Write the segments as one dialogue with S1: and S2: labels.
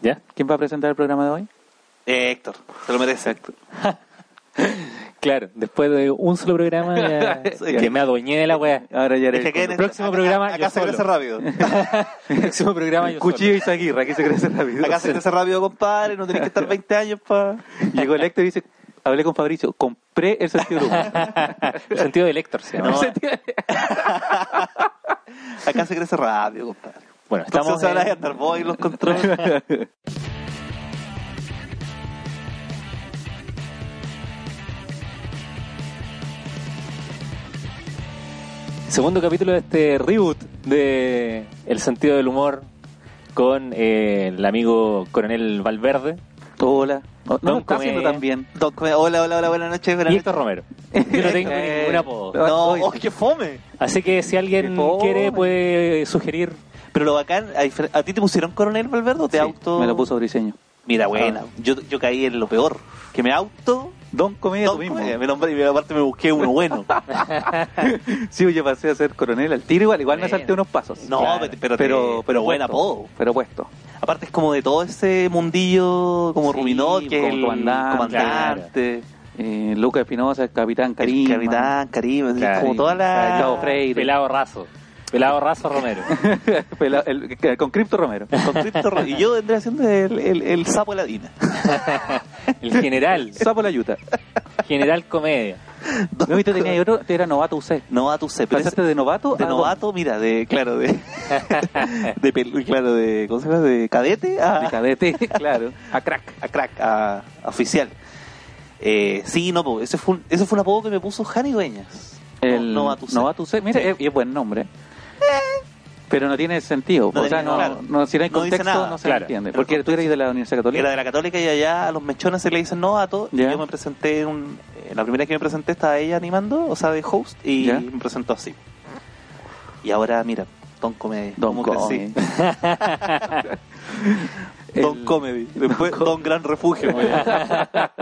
S1: ¿Ya? ¿Quién va a presentar el programa de hoy?
S2: Eh, Héctor, se lo merece Héctor.
S1: Claro, después de un solo programa ya-
S2: Eso ya.
S1: que me adueñé de la weá.
S3: Ahora ya
S2: Es que
S3: eres
S2: acá en
S1: el
S2: este-
S1: próximo
S2: acá-
S1: programa
S2: acá
S1: yo
S2: se crece
S1: solo.
S2: rápido.
S1: Próximo programa yo solo.
S3: Cuchillo y Zaguirre, aquí se crece rápido.
S2: Acá se crece rápido, compadre. No tenés que estar 20 años para.
S3: Llegó el Héctor y dice, hablé con Fabricio, compré el sentido del humor.
S1: El sentido del Héctor se llama.
S2: No. Acá se crece rápido, compadre.
S1: Bueno,
S2: Estamos
S1: estamos
S2: ahora
S1: en-
S2: de andar vos y los controles.
S1: Segundo capítulo de este reboot de El sentido del humor con eh, el amigo coronel Valverde
S3: Hola. No, no
S1: Don
S3: lo está haciendo
S1: Comedia.
S3: tan bien.
S2: Don Come- hola, hola, hola, buenas noches. Buenas
S1: y
S2: noches.
S1: Héctor Romero. Yo no tengo
S3: Eh,
S1: ningún apodo.
S2: No,
S3: Ay,
S2: oh,
S3: sí.
S2: qué fome.
S1: Así que si alguien
S3: Qué fome.
S1: quiere puede sugerir.
S2: Pero lo bacán, a, difer- ¿a ti te pusieron coronel Valverde o te
S3: Sí,
S2: auto?
S3: Me lo puso Briseño.
S1: Ah.
S2: Mira, buena. Yo, yo caí en lo peor. Que me auto.
S3: Don Comedia
S2: Don
S3: tú mismo.
S2: Comedia. Me nombré- y aparte me busqué uno bueno.
S3: Sí, yo pasé a ser coronel al tiro igual, igual me
S1: Bueno.
S3: salté unos pasos.
S2: No,
S1: Claro.
S2: pero, pero,
S3: pero, pero
S2: buen
S3: puesto.
S2: apodo.
S3: Pero puesto.
S2: Aparte es como de todo ese mundillo como
S1: Sí,
S2: Ruminot, que es
S3: como
S2: el
S3: comandante,
S2: comandante,
S3: Eh, Lucas Espinosa, capitán
S2: el
S3: Karim.
S2: capitán, Karim, es
S1: Claro.
S2: como toda la...
S3: El Cabo Freire.
S1: Pelado Razo. Pelado Razo Romero.
S3: Pela- el- que- con Cripto Romero.
S2: Con Cristo- y yo vendría siendo el, el, el sapo de la Dina.
S1: El general.
S3: Sapo la yuta.
S1: General Comedia.
S3: No, y te tenía otro, te era novato UC.
S2: Novato C, pero
S3: Pasaste
S2: ese-
S3: de novato
S2: de
S3: a
S2: novato, mira, de, claro, de, de, pel- claro, de, ¿cómo se llama? De cadete a,
S3: de cadete, claro, a crack.
S2: a crack, a, a oficial. Eh, sí, no, po, ese fue, un, ese fue un apodo que me puso Jani Dueñas.
S3: El
S2: Novato C.
S3: Novato UC, mira, es, es buen nombre. Eh. Pero no tiene sentido,
S2: No
S3: o sea,
S2: tiene-
S3: no,
S2: claro.
S3: no- si no hay
S2: No dice
S3: contexto
S2: nada,
S3: no se
S1: claro.
S3: entiende.
S2: Pero
S3: Porque tú eres de la Universidad Católica.
S2: Era de la católica y allá a los mechones se le dicen novato.
S3: Ya.
S2: Y yo me presenté, en un, eh, la primera vez que me presenté estaba ella animando, o sea, de host, y
S3: Ya.
S2: me presentó así. Y ahora, mira, Don Comedy.
S3: Don
S2: ¿cómo
S3: Comedy.
S2: crecí? Don
S3: El-
S2: Comedy. Después Don, Gran Refugio. me voy a-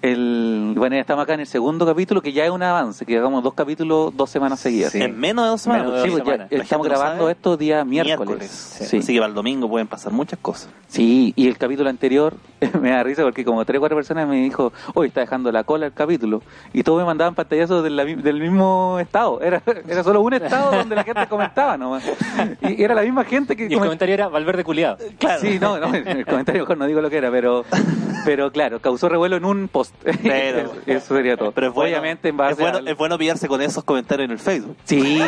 S3: El, bueno, ya estamos acá en el segundo capítulo, que ya es un avance, que hagamos dos capítulos dos semanas seguidas.
S1: Sí.
S2: En menos de dos semanas.
S1: Menos
S2: porque
S3: Sí,
S1: dos
S3: pues ya
S1: semanas.
S2: La
S3: estamos
S2: gente lo
S3: grabando
S2: sabe.
S3: esto día miércoles.
S2: este miércoles.
S3: Sí.
S2: Así que para el domingo pueden pasar muchas cosas.
S3: Sí, y el capítulo anterior me da risa porque como tres o cuatro personas me dijo, hoy está dejando la cola el capítulo. Y todos me mandaban pantallazos de la mi- del mismo estado. Era, era solo un estado donde la gente comentaba nomás. Y era la misma gente
S1: Y
S3: que
S1: el
S3: comentaba.
S1: comentario era Valverde Culeado.
S2: Claro.
S3: Sí, no, no, en el comentario mejor no digo lo que era, pero, pero claro, causó revuelo en un post.
S2: Pero-
S3: eso, eso sería todo.
S2: Pero es bueno,
S3: Obviamente en base
S2: es, bueno,
S3: al-
S2: es bueno pillarse con esos comentarios en el Facebook.
S3: Sí.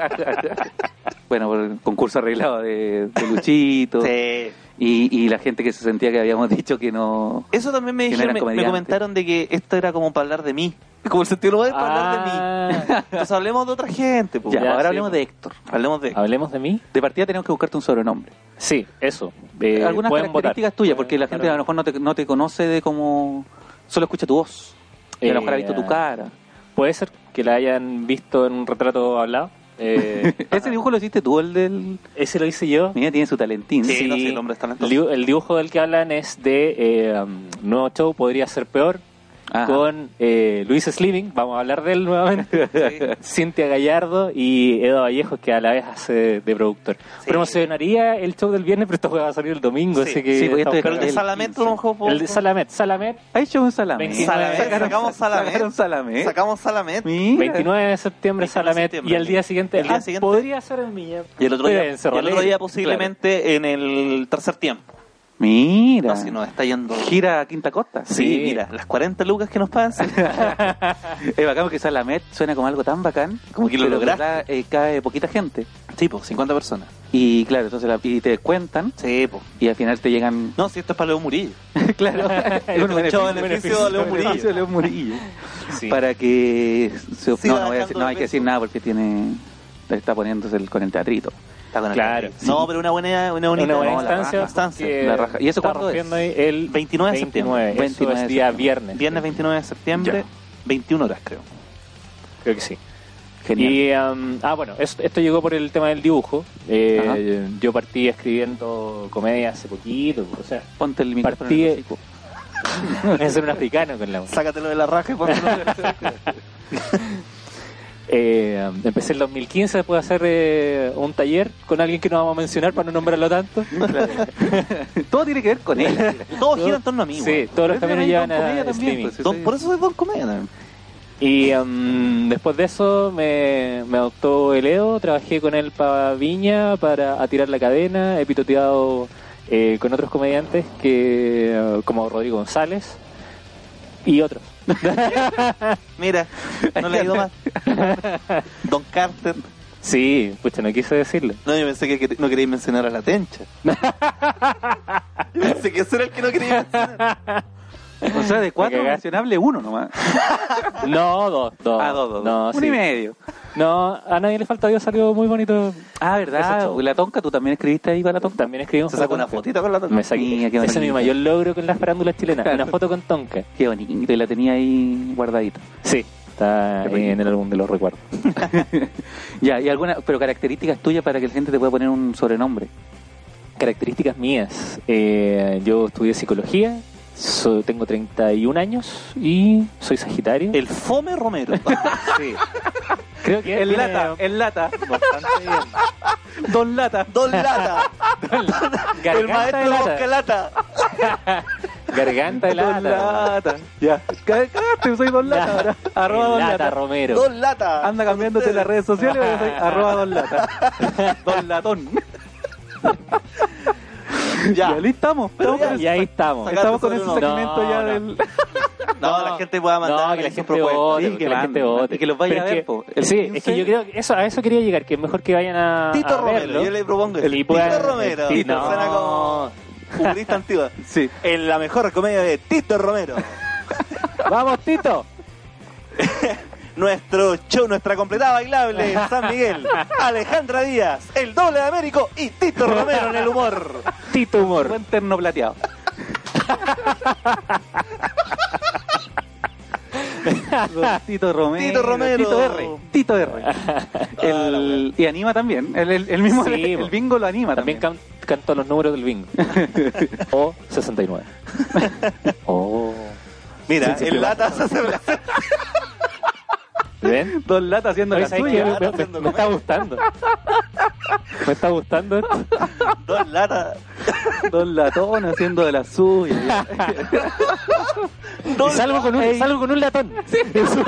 S3: bueno, por el concurso arreglado de, de Luchito.
S2: Sí.
S3: Y, y la gente que se sentía que habíamos dicho que no.
S2: Eso también me
S3: Que no
S2: dijeron,
S3: eran
S2: me- me,
S3: comediantes.
S2: comentaron de que esto era como para hablar de mí. Como el sentido de para hablar de mí.
S1: Ah,
S2: Entonces hablemos de otra gente. po.
S3: Ya,
S1: Ya,
S3: ahora
S1: sí,
S3: hablemos
S1: pues.
S3: de Héctor.
S2: Hablemos de...
S1: ¿Hablemos de mí?
S3: De partida tenemos que buscarte un sobrenombre.
S1: Sí, eso. Eh,
S3: Algunas
S1: pueden votar.
S3: características tuyas, porque la gente a lo mejor no te, no te conoce de cómo. Solo escucha tu voz. Y a lo mejor ha
S1: Eh,
S3: visto tu cara.
S2: ah,
S1: Puede ser que la hayan visto en un retrato hablado. Eh,
S3: Ese dibujo lo hiciste tú, el del.
S1: ese lo hice yo.
S3: Mira, tiene su talentín.
S2: ah. Sí. no, el hombre es talentoso.
S1: Liu- el dibujo del que hablan es de eh, um, Nuevo Show Podría Ser Peor
S3: Ajá.
S1: con eh, Luis Sliving, vamos a hablar de él nuevamente, Cintia Gallardo y Edo Vallejo que a la vez hace de productor.
S2: Sí.
S1: Promocionaría el show del viernes, pero esto va a salir el domingo,
S2: Sí,
S1: así que...
S3: sí, porque esto es
S2: Pero el de
S3: El
S2: Salamet, a lo mejor, po-
S1: El de Salamet, Salamet,
S3: Ha hecho un salame.
S1: Veintinueve.
S2: Sacaron- sacamos salame.
S3: Sacaron salame.
S2: ¿Eh? Sacamos Salamet.
S3: Mira.
S1: 29 de septiembre
S2: 29 de
S1: Salamet,
S2: septiembre,
S1: y al día siguiente,
S2: el día
S1: ah,
S2: siguiente-
S1: podría ser en Viña.
S2: Y el otro día,
S1: Pero en
S2: y
S1: Cerro
S2: el otro
S1: Alegre,
S2: día posiblemente en el tercer tiempo.
S3: Mira.
S2: No, si nos está yendo.
S3: Gira a Quinta Costa.
S2: Sí,
S1: Sí.
S2: mira, las 40 lucas que nos pagan.
S3: Es bacán porque Salamet suena como algo tan bacán.
S2: Como que lo
S3: pero en
S2: lograste.
S3: verdad, eh, cae poquita gente.
S2: tipo, 50 personas.
S3: Y claro, entonces la- y te descuentan
S2: Sí, po.
S3: y al final te llegan.
S2: No, si esto es para Leo Murillo.
S3: claro. es un
S2: Este es un
S3: beneficio,
S2: beneficio de Leo
S3: un
S2: Murillo.
S3: beneficio de León Murillo.
S1: Sí.
S3: Para que. se-
S2: Sí,
S3: no,
S2: va
S3: no, voy a decir-
S2: dejando
S3: no hay que
S2: peso.
S3: decir nada porque tiene. Está poniéndose el- con el teatrito.
S2: Está con el
S1: Claro,
S2: Teatro. No, pero una buena, una bonita.
S1: una buena
S2: no, la
S1: instancia.
S2: raja, instancia.
S1: que
S3: la raja. ¿Y eso
S1: está
S3: cuándo es?
S1: rompiendo ahí El
S2: 29 de septiembre.
S1: 29,
S3: 29
S1: eso
S3: de
S1: es día
S3: septiembre.
S1: viernes.
S2: Viernes 29 de septiembre,
S3: Ya.
S2: 21 horas, creo.
S1: Creo que sí.
S3: Genial.
S1: Y, am, ah, bueno, es- esto llegó por el tema del dibujo. Eh,
S3: Ajá.
S1: yo partí escribiendo comedia hace poquito, o sea,
S3: Ponte el micrófono.
S1: partí
S3: en
S1: de-
S3: el
S1: voy a hacer un africano con la
S2: Sácatelo de la raja y ponlo.
S1: Eh, empecé el 2015 después de hacer eh, un taller con alguien que no vamos a mencionar para no nombrarlo tanto.
S3: Todo tiene que ver con él.
S2: Todo gira en torno a mí,
S1: Sí,
S2: weón.
S1: todos los
S3: Pero
S1: caminos
S3: hay
S1: llevan
S3: Don Comedia
S1: a
S3: también,
S1: streaming.
S3: pues, sí.
S2: Don- por eso soy Don Comedia también.
S1: Y em, después de eso me, me adoptó el EO, trabajé con él para Viña, para Atirar la Cadena, he pitoteado eh, con otros comediantes que eh, como Rodrigo González y otros.
S2: Mira, no le ha ido mal. Don Carter.
S1: Sí, pucha, no quise decirlo.
S2: No, yo pensé que quer- no quería mencionar a la tencha. Yo pensé que ese era el que no quería mencionar.
S3: O sea, de cuatro
S1: Me cagaste.
S3: mencionable uno nomás.
S1: No, dos, dos.
S3: Ah, dos, dos.
S1: No,
S3: dos.
S1: sí.
S3: Uno y medio.
S1: No, a nadie le falta Dios, salió muy bonito.
S3: Ah, ¿verdad?
S1: Eso es todo.
S3: la tonca, tú también escribiste ahí para la tonca.
S1: También escribimos.
S2: Se sacó
S1: para
S2: una
S1: Tonka.
S2: fotita con la
S1: Me
S2: tonta.
S1: saqué.
S3: Mira, qué
S1: Ese es mi
S3: bonito.
S1: mayor logro con las farándulas chilenas.
S3: Claro.
S1: Una foto con Tonka.
S3: Qué bonito, y la tenía ahí guardadita.
S1: Sí, está
S3: Qué rico.
S1: en el álbum de los recuerdos.
S3: Ya, y alguna, pero características tuyas para que la gente te pueda poner un sobrenombre.
S1: Características mías. Eh, yo estudié psicología, so- tengo 31 años y soy sagitario.
S2: El Fome Romero.
S1: Sí. Creo que él tiene
S3: el lata.
S1: bastante bien.
S3: Don Lata.
S2: Don Lata. el
S1: Garganta de
S2: maestro Don
S1: lata.
S2: Lata.
S1: Garganta de
S3: Don
S1: lata.
S3: Lata. Ya. Cagaste, soy Don Lata. ahora. Arroba Don
S1: Lata
S3: Lata.
S1: Romero.
S2: Don Lata.
S3: Anda cambiándote las redes sociales, porque soy arroba Don Lata. Don Latón.
S2: Ya.
S3: Y ahí estamos.
S2: Pero
S3: Estamos con el-
S2: ya-
S1: Y ahí estamos.
S2: Saca-
S3: Estamos con ese
S2: Solo uno.
S3: segmento
S1: No,
S3: ya
S1: no.
S3: del.
S2: No, la gente pueda mandar.
S1: No, que la
S2: sus
S1: gente
S2: propuestas.
S1: vote,
S3: Sí,
S1: que,
S3: que
S1: la
S3: manden,
S1: gente vote.
S3: y que los vaya
S1: Pero
S3: a
S1: es
S3: ver,
S1: que-
S3: po. El
S1: sí, es
S3: 15.
S1: que yo creo que eso, a eso quería llegar, que es mejor que vayan a.
S2: Tito
S1: a
S2: Romero.
S1: verlo.
S2: Yo le propongo eso.
S1: Y
S2: Tito
S1: puedan-
S2: Romero.
S1: Sí, no.
S2: Suena como humorista antigua.
S3: Sí.
S2: En la mejor comedia de Tito Romero.
S1: ¡Vamos, Tito!
S2: Nuestro show, nuestra completada bailable en San Miguel. Alejandra Díaz, el doble de Américo y Tito Romero en el humor.
S1: Tito Humor.
S3: Buen terno plateado. Don Tito Romero. Ah,
S2: Tito Romero.
S3: Tito R. Tito R. El- y anima también. El, el- el mismo,
S1: Sí,
S3: el,
S1: bo.
S3: bingo lo anima
S1: También
S3: también.
S1: can- canto los números del bingo. o 69. oh.
S2: Mira,
S1: Sí, sí,
S2: el
S1: sí,
S2: lata se hace
S1: ¿Ven?
S3: Don Lata haciendo
S1: Oye,
S3: la
S1: ¿sabes qué?
S3: suya.
S1: Me- me- me está gustando. Me está gustando esto.
S2: Dos latas.
S3: Don Latón haciendo de la suya.
S1: Y salgo con un,
S3: Ey.
S1: salgo con un latón. Me, subo,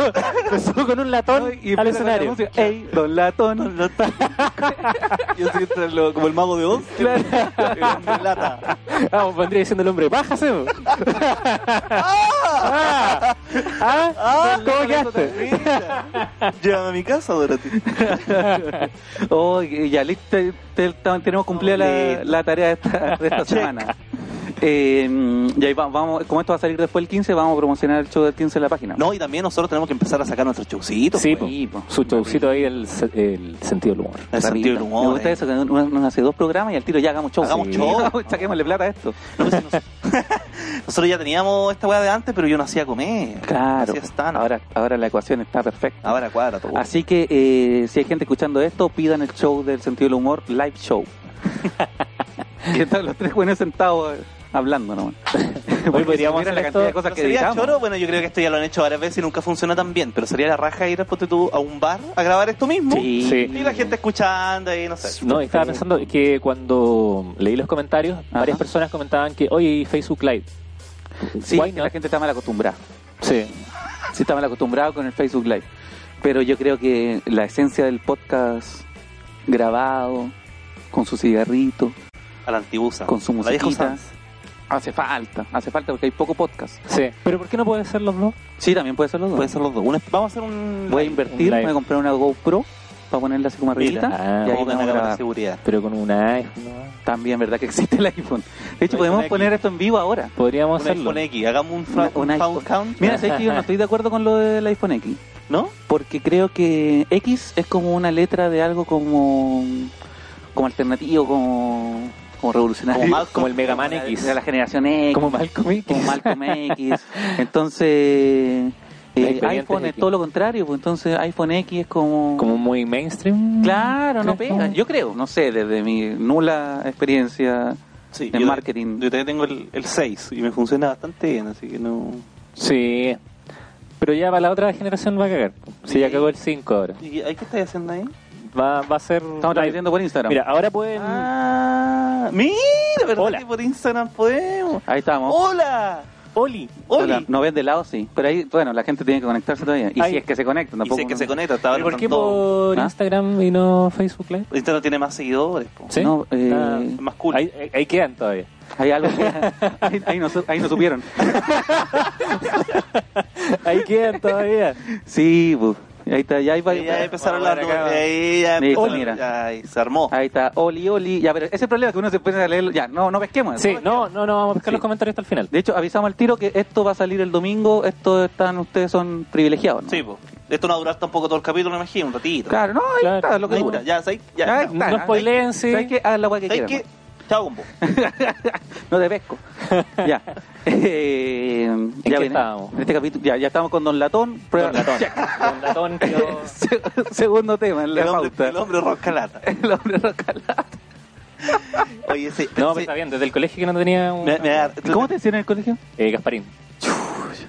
S1: me subo con un latón
S3: Y empieza con
S1: al
S3: la
S1: escenario.
S3: música, Ey, Don Latón.
S2: Yo soy entre lo- como el mago de Oz.
S3: Claro.
S2: El hombre lata.
S1: Vamos, Ah, vendría diciendo el hombre, bájase. bo". ah, ah,
S2: Ah,
S1: ¿Cómo
S3: Lata
S1: quedaste?
S3: Ah.
S2: Mira. Llévame a mi casa, Dorothy.
S3: Oh, y ya listo, te- te- te- tenemos cumplida la,
S2: Listo.
S3: la tarea de esta, de esta semana. Eh, y ahí va- vamos, como esto va a salir después del 15, vamos a promocionar el show del 15 en la página.
S2: No, y también nosotros tenemos que empezar a sacar nuestros showcitos.
S1: Sí, po.
S2: pues.
S3: Sí, po.
S1: su showcito ahí, el, se- el sentido del humor.
S2: El sentido del humor.
S3: Me gusta
S2: eh.
S3: eso, que uno, uno hace dos programas y al tiro ya hagamos show.
S2: Hagamos
S3: Sí.
S2: show.
S3: Saquémosle plata a esto.
S2: No, pues, nos- Nosotros ya teníamos esta weá de antes, pero yo no hacía comer.
S3: Claro.
S2: Así están.
S3: Ahora, ahora la ecuación está perfecta.
S2: Ahora cuadra todo.
S3: Así que eh, si hay gente escuchando esto, pidan el show del sentido del humor, live show. que están los tres buenos sentados eh, hablando nomás. Porque si
S1: podríamos
S3: supieran
S1: hacer
S3: la cantidad de
S1: esto-
S3: cosas que
S2: sería
S3: editamos.
S2: choro, bueno, yo creo que esto ya lo han hecho varias veces y nunca funciona tan bien, pero sería la raja ir ponte tú, a un bar a grabar esto mismo
S3: Sí.
S1: Sí.
S2: y la gente escuchando y no sé.
S1: No, y estaba pensando que cuando leí los comentarios,
S3: Ajá.
S1: varias personas comentaban que, oye, ¿y Facebook Live.
S3: Sí,
S1: Why
S3: que
S1: not?
S3: la gente está mal acostumbrada.
S1: Sí.
S3: Sí, está mal acostumbrado con el Facebook Live. Pero yo creo que la esencia del podcast grabado, con su cigarrito,
S2: A la antibusa.
S3: con su
S2: A la vieja
S3: musiquita,
S2: usanza.
S3: hace falta. Hace falta porque hay poco podcast.
S1: Sí. Pero ¿por qué no pueden ser los dos?
S3: Sí, también puede ser los dos.
S2: Pueden ser los dos. Una- vamos a hacer un.
S3: Voy a invertir,
S1: live.
S3: me compré una GoPro para ponerla así como
S2: Mira,
S3: arribita.
S1: ah,
S3: y ahí
S2: Como con
S3: vamos a
S2: la cámara de
S3: grabar.
S2: seguridad.
S1: Pero con un iPhone. ¿no?
S3: También, ¿verdad? Que existe el iPhone. De hecho,
S2: Un
S3: podemos
S2: iPhone X.
S3: poner esto en vivo ahora.
S1: Podríamos
S2: Un
S1: hacerlo.
S2: iPhone X. Hagamos un, fra-
S3: Un
S2: un
S3: iPhone.
S2: found count.
S3: Mira, sabes que yo no estoy de acuerdo con lo del iPhone X.
S2: ¿No?
S3: Porque creo que X es como una letra de algo como, como alternativo, como, como revolucionario.
S2: Como Malcolm-
S1: como el Mega Man
S3: Como la-
S1: X.
S3: De la generación X.
S1: Como Malcolm X.
S3: como Malcolm X. Entonces,
S1: Los
S3: eh,
S1: expedientes
S3: iPhone es
S1: X.
S3: todo lo contrario. Pues entonces, iPhone X es como.
S1: Como muy mainstream.
S3: Claro, no
S1: ¿Crees?
S3: pega. Yo creo, no sé, desde mi nula experiencia.
S2: Sí.
S3: En
S2: yo-
S3: marketing.
S2: Yo todavía tengo el, el 6 y me funciona bastante bien, así que no.
S1: Sí. Pero ya para la otra generación va a cagar. Si ya cagó el 5 ahora.
S2: ¿Y ahí qué estáis haciendo ahí?
S1: Va, va a ser...
S3: Estamos transmitiendo por Instagram.
S1: Mira, ahora pueden...
S2: Ah, mira, ¿verdad
S1: Hola.
S2: que por Instagram podemos?
S3: Ahí estamos.
S2: ¡Hola!
S1: Oli.
S2: ¡Oli!
S3: Hola. No ven de lado, sí. Pero ahí, bueno, la gente tiene que conectarse todavía. Y
S1: Ahí.
S3: si es que se conectan,
S2: Y
S3: tampoco.
S2: sé que se conecta, hasta
S1: ¿Y
S2: ahora
S1: por qué
S2: están todos-
S1: por
S3: ¿Ah?
S1: Instagram y no Facebook Live?
S2: Instagram tiene más seguidores, po.
S1: ¿Sí?
S3: No, eh,
S1: Ah,
S2: Es más cool.
S1: Ahí, ahí- ahí quedan todavía.
S3: Hay algo que- ahí, ahí no, su- ahí no supieron.
S1: Ahí quedan todavía.
S3: Sí, pues. Ahí está, ya hay
S2: Ahí
S3: varios.
S2: ya empezaron
S1: Bueno,
S2: las
S1: bueno, acá.
S2: Ahí ya
S3: Listo,
S2: empezaron-
S3: mira.
S2: ya, ahí se armó.
S3: Ahí está, oli, oli. Ya, pero ese es el problema que uno se empieza a leer. Ya, no, no pesquemos.
S1: Sí, no, no, no, vamos a buscar
S3: Sí.
S1: los comentarios hasta el final.
S3: De hecho, avisamos al tiro que esto va a salir el domingo. Esto están, ustedes son privilegiados, ¿no?
S2: Sí, po. Esto no va a durar tampoco todo el capítulo, me imagino, un ratito.
S3: Claro, no, ahí
S1: Claro.
S3: está, lo que
S2: Ahí
S3: dura.
S2: está, ya, ¿sabes?
S3: Ya
S2: Ya, ya.
S3: está,
S1: No spoileen, sí.
S3: ¿Sabes qué? Hagan la guay que
S2: ¿Sabes
S3: quieran.
S2: qué? Chao, combo.
S3: No te pesco. ya. Eh,
S1: qué
S3: viene.
S1: estábamos?
S3: En este capítulo, ya, ya estamos con Don Latón. Prueba-
S1: Don Latón. Don Latón quedó-
S3: Se- Segundo tema en la
S2: El hombre,
S3: pauta.
S2: el hombre ronca lata.
S3: El hombre rocalata.
S2: Oye, sí.
S1: No, pero
S2: sí.
S1: está bien, desde el colegio que no tenía un...
S2: Me- me da-
S3: ¿Cómo te decían en el colegio?
S1: Eh, Gasparín.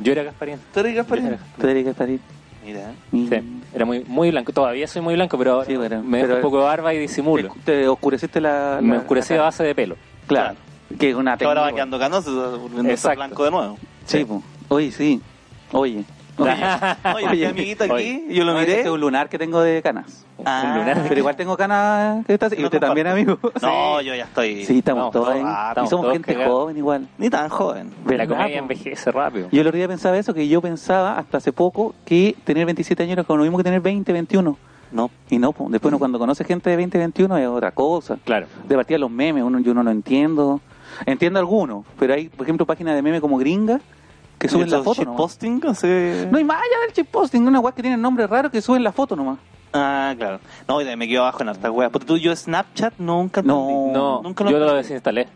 S1: Yo era Gasparín.
S2: ¿Tú eres Gasparín?
S3: Federica Mm. Starín.
S2: Mira.
S1: Sí, era muy, muy blanco. Todavía soy muy blanco, pero ahora
S3: Sí, bueno,
S1: me dejo
S3: pero-
S1: un poco de barba y
S3: Te,
S1: disimulo.
S3: te oscureciste la. la-
S1: me oscurecí
S3: la
S1: a
S3: cara.
S1: base de pelo.
S3: Claro. Que es una
S2: Que ahora va
S3: técnica.
S2: quedando canoso, se va volviendo
S1: Ah, Exacto.
S2: blanco de nuevo.
S3: Sí, po. Oye, sí. Oye.
S2: Oye, mi amiguito aquí,
S1: Oye.
S2: yo lo
S3: No,
S2: miré.
S3: Este es un lunar que tengo de canas.
S2: Ah.
S1: Un lunar.
S3: Pero igual tengo canas. que estás- Y
S2: No
S3: usted también, amigo.
S2: No, yo ya estoy.
S3: Sí, estamos
S1: No,
S3: todos
S1: no,
S3: ahí.
S2: ah,
S3: Y
S1: estamos
S3: somos
S1: todos
S3: gente
S1: cagados.
S3: joven igual.
S2: Ni tan joven.
S1: La
S3: ¿Verdad,
S1: comedia
S3: po?
S1: envejece rápido.
S3: Yo el otro día pensaba eso, que yo pensaba hasta hace poco que tener 27 años era como lo mismo que tener 20, 21.
S2: No.
S3: Y no, po. después uno
S2: Mm.
S3: cuando conoce gente de 20, 21 es otra cosa.
S1: Claro.
S3: De partida los memes, uno, yo no lo entiendo. Entiendo algunos, pero hay, por ejemplo, páginas de memes como gringa que suben la
S2: ¿Esos
S3: foto nomás.
S2: shitposting? O sea-
S3: No hay más allá del shitposting, una weá que tiene nombre raro que suben la foto nomás.
S2: Ah, claro. No, y me quedo abajo en harta wea. Porque tú, yo Snapchat nunca
S3: No.
S2: entendí.
S1: No,
S2: nunca
S1: yo
S2: lo
S1: lo desinstalé.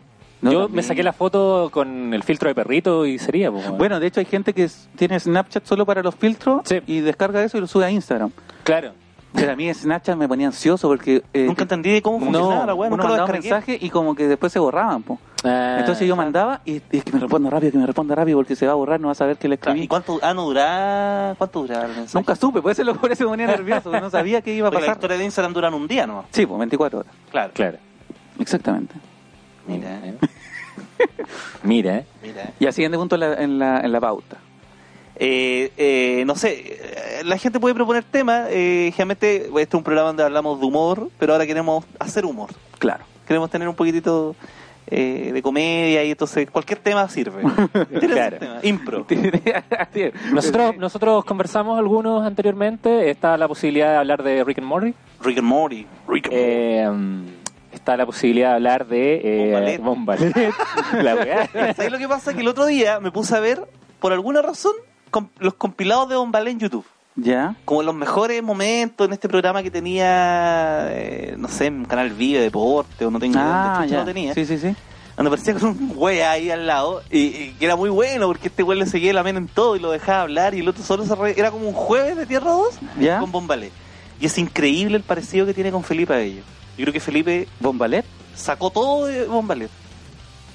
S3: No,
S1: yo
S3: también.
S1: me saqué la foto con el filtro de perrito y sería. po, weón.
S3: Bueno, de hecho hay gente que s- tiene Snapchat solo para los filtros
S1: Sí.
S3: y descarga eso y lo sube a Instagram.
S1: claro.
S3: Pero a mí Snapchat me ponía ansioso porque... eh,
S2: Nunca entendí de cómo
S3: No,
S2: funcionaba la wea.
S3: uno
S2: Nunca lo
S3: mandaba un
S2: descargué.
S3: mensaje y como que después se borraban, po.
S1: Ah,
S3: Entonces yo mandaba y, y es que me responda rápido, que me responda rápido porque se va a borrar, no va a saber que le
S2: Claro,
S3: escribí.
S2: ¿Y cuánto, ah, no duraba? ¿Cuánto duraba el mensaje?
S3: Nunca supe, por eso, lo- por eso me ponía nervioso, porque no sabía qué iba a
S2: Porque la
S3: pasar.
S2: historia de Instagram duran un día nomás.
S3: Sí, pues 24 horas.
S2: Claro.
S1: Claro.
S3: Exactamente.
S2: Mira,
S1: Mira, eh.
S2: mira.
S3: Y al siguiente punto en la, en la, en la pauta.
S2: Eh, eh, no sé, eh, la gente puede proponer temas. Eh, generalmente, este es un programa donde hablamos de humor, pero ahora queremos hacer humor.
S3: Claro.
S2: Queremos tener un poquitito eh, de comedia y entonces cualquier tema sirve. Tienes
S1: Claro.
S2: un tema, Impro.
S1: Nosotros, nosotros conversamos algunos anteriormente. Está la posibilidad de hablar de Rick and Morty.
S2: Rick and Morty. Rick and Morty.
S1: Eh, está la posibilidad de hablar de. Eh,
S2: Bombalet.
S1: Bombalet. la weá.
S2: ¿Sabes lo que pasa? Que el otro día me puse a ver, por alguna razón, com- los compilados de Don Ballet en YouTube.
S3: ¿Ya?
S2: como los mejores momentos en este programa que tenía, eh, no sé, en Canal Vive, Deporte, o no tengo idea,
S3: Ah,
S2: de chucha
S3: ya.
S2: no tenía.
S3: Sí, sí, sí.
S2: Donde parecía con un güey ahí al lado, y, y que era muy bueno porque este güey le seguía la mano en todo y lo dejaba hablar, y el otro solo se re- Era como un jueves de Tierra 2
S3: ¿Ya?
S2: con Bombalé. Y es increíble el parecido que tiene con Felipe Abello. Yo creo que Felipe
S3: ¿Bombalet?
S2: sacó todo de Bombalé.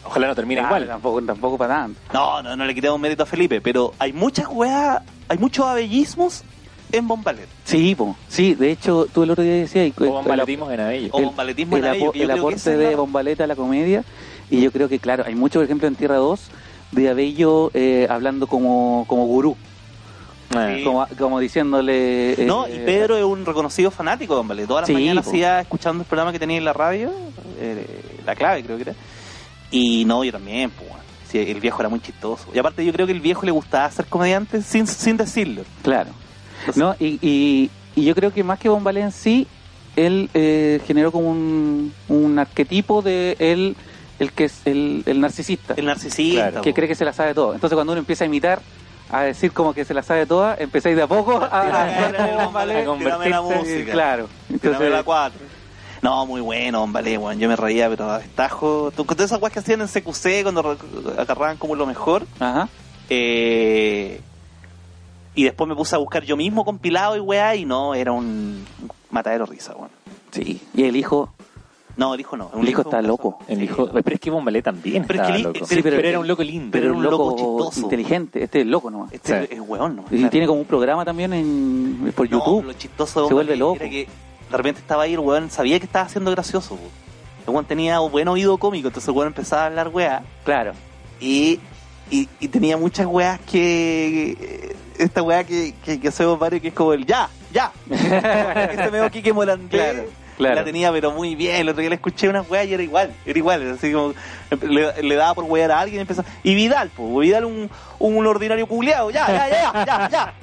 S1: Ojalá no termine
S3: Ah,
S1: igual.
S3: Tampoco, tampoco para tanto.
S2: No, no, no le quitamos mérito a Felipe, pero hay muchas weas, hay muchos abellismos en Bombalé.
S3: Sí, po. Sí, de hecho, tú el otro día decías... y-
S1: O bombaletismo en ellos.
S2: O
S3: el-
S2: bombaletismo
S3: el,
S2: en Abello,
S3: apo-
S2: que yo
S3: el
S2: creo que esa
S3: aporte
S2: es
S3: de
S2: la-
S3: Bombaleta a la comedia. Y yo creo que, claro, hay mucho, por ejemplo, en Tierra 2 de Abello eh, hablando como, como gurú,
S1: Ah.
S2: Sí.
S3: como, como diciéndole. eh,
S2: No, y Pedro es un reconocido fanático, don Vale. Todas las
S3: Sí,
S2: mañanas
S3: po.
S2: hacía escuchando el programa que tenía en la radio, eh, la clave creo que era. Y no, yo también, pues. Sí, el viejo era muy chistoso. Y aparte yo creo que el viejo le gustaba ser comediante sin, sin decirlo.
S3: Claro. No, y, y, y yo creo que más que Bombalé en sí, él eh, generó como un, un arquetipo de él, el que es el, el narcisista,
S2: El narcisista.
S1: Claro,
S2: po.
S3: que cree que se la sabe todo. Entonces, cuando uno empieza a imitar, a decir como que se la sabe toda, empezáis de a poco a, a, actuar
S2: Tírame la-
S3: como Bombalé.
S2: tírame la
S3: Convertirse-
S2: música.
S3: Claro.
S2: Tírame
S3: Entonces,
S2: la cuatro. No, muy bueno, don Vale, weón. Yo me reía, pero a destajo. Tú- con Todas esas guas que hacían en CQC cuando re- agarraban como lo mejor.
S3: ajá.
S2: Eh, y después me puse a buscar yo mismo compilado y weá, y no, era un un matadero de risa, weón.
S3: Sí, y el hijo
S2: No, el hijo no.
S3: El hijo está
S2: un
S3: loco.
S2: caso.
S1: El
S2: Sí,
S1: hijo,
S2: no.
S1: pero es que Bombalé también
S2: Pero es
S1: estaba
S2: que el-
S1: loco.
S2: Sí, pero-
S1: era un loco lindo.
S2: pero
S3: Pero
S2: era
S3: un
S2: un loco
S3: loco
S2: chistoso.
S3: inteligente. Este es loco nomás.
S2: Este
S1: Sí.
S2: es hueón, ¿no?
S3: Y
S2: Claro.
S3: tiene como un programa también en, por
S2: No,
S3: YouTube.
S2: pero lo chistoso de
S3: Se
S2: Bomba
S3: vuelve
S2: Lee
S3: loco.
S2: Era que de repente estaba ahí, el weón sabía que estaba haciendo gracioso. po. El weón tenía un buen oído cómico, entonces el weón empezaba a hablar weá.
S3: Claro.
S2: Y, y, y tenía muchas weas que. eh, Esta wea que, que, que hacemos varios que es como el ya, ya. este medio Quique Morandé.
S3: Claro, claro.
S2: La tenía pero muy bien. El otro día le escuché unas weas y era igual. Era igual. Así como le, le daba por wear a alguien y empezaba. Y Vidal, pues, Vidal un, un ordinario culiado. Ya, ya, ya, ya, ya.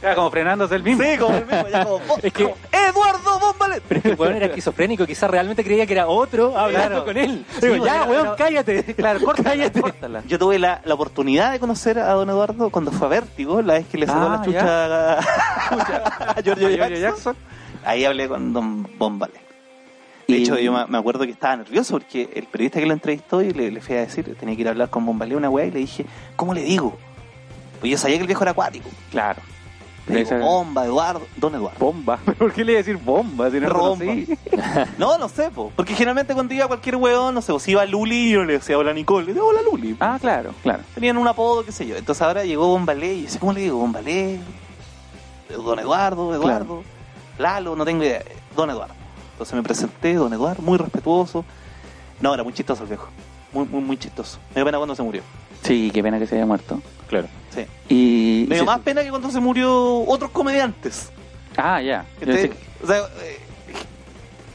S3: Claro, como frenándose el mismo.
S2: Sí, como el mismo, ya como,
S1: Es que-
S2: como, Eduardo Bombalet.
S1: Pero el Este weón era esquizofrénico, quizás realmente creía que era otro hablando
S3: Claro.
S1: con él.
S3: Sí,
S1: Digo, ya,
S3: pero-
S1: weón,
S3: pero-
S1: cállate.
S3: Claro, córtala,
S1: Cállate.
S3: córtala.
S2: Yo tuve la, la oportunidad de conocer a don Eduardo cuando fue a Vértigo, la vez que le sacó
S3: Ah,
S2: la chucha a, a Giorgio
S3: Giorgio
S2: Jackson.
S3: Jackson.
S2: Ahí hablé con don Bombalet. De
S3: Y-
S2: hecho, yo me me acuerdo que estaba nervioso porque el periodista que lo entrevistó y le, le fui a decir, tenía que ir a hablar con Bombalet una weá y le dije, ¿cómo le digo? Pues yo sabía que el viejo era acuático.
S3: Claro.
S2: Le digo, "Oh".
S3: Esa-
S2: Bomba, Eduardo, don Eduardo.
S3: Bomba. ¿Pero por qué le iba a decir bomba? Si no lo
S2: Rompa.
S3: conocí?
S2: No, no sé, po. porque generalmente cuando iba a cualquier weón, no sé, pues iba Luli y yo le decía hola Nicole, le decía hola Luli.
S3: Ah, claro, claro.
S2: tenían un apodo, qué sé yo. Entonces ahora llegó Bombalé y yo sé cómo le digo, Bombalé, Don Eduardo, Eduardo, Lalo, no tengo idea, Don Eduardo. Entonces me presenté, Don Eduardo, muy respetuoso. No, era muy chistoso el viejo, muy, muy, muy chistoso. Me dio pena cuando se murió.
S3: Sí, qué pena que se haya muerto.
S1: Claro.
S2: Sí.
S3: Y.
S2: Me dio
S3: sí.
S2: más pena que cuando se murió otros comediantes.
S3: Ah, ya. Yo
S2: Este,
S3: sé-
S2: O sea, eh,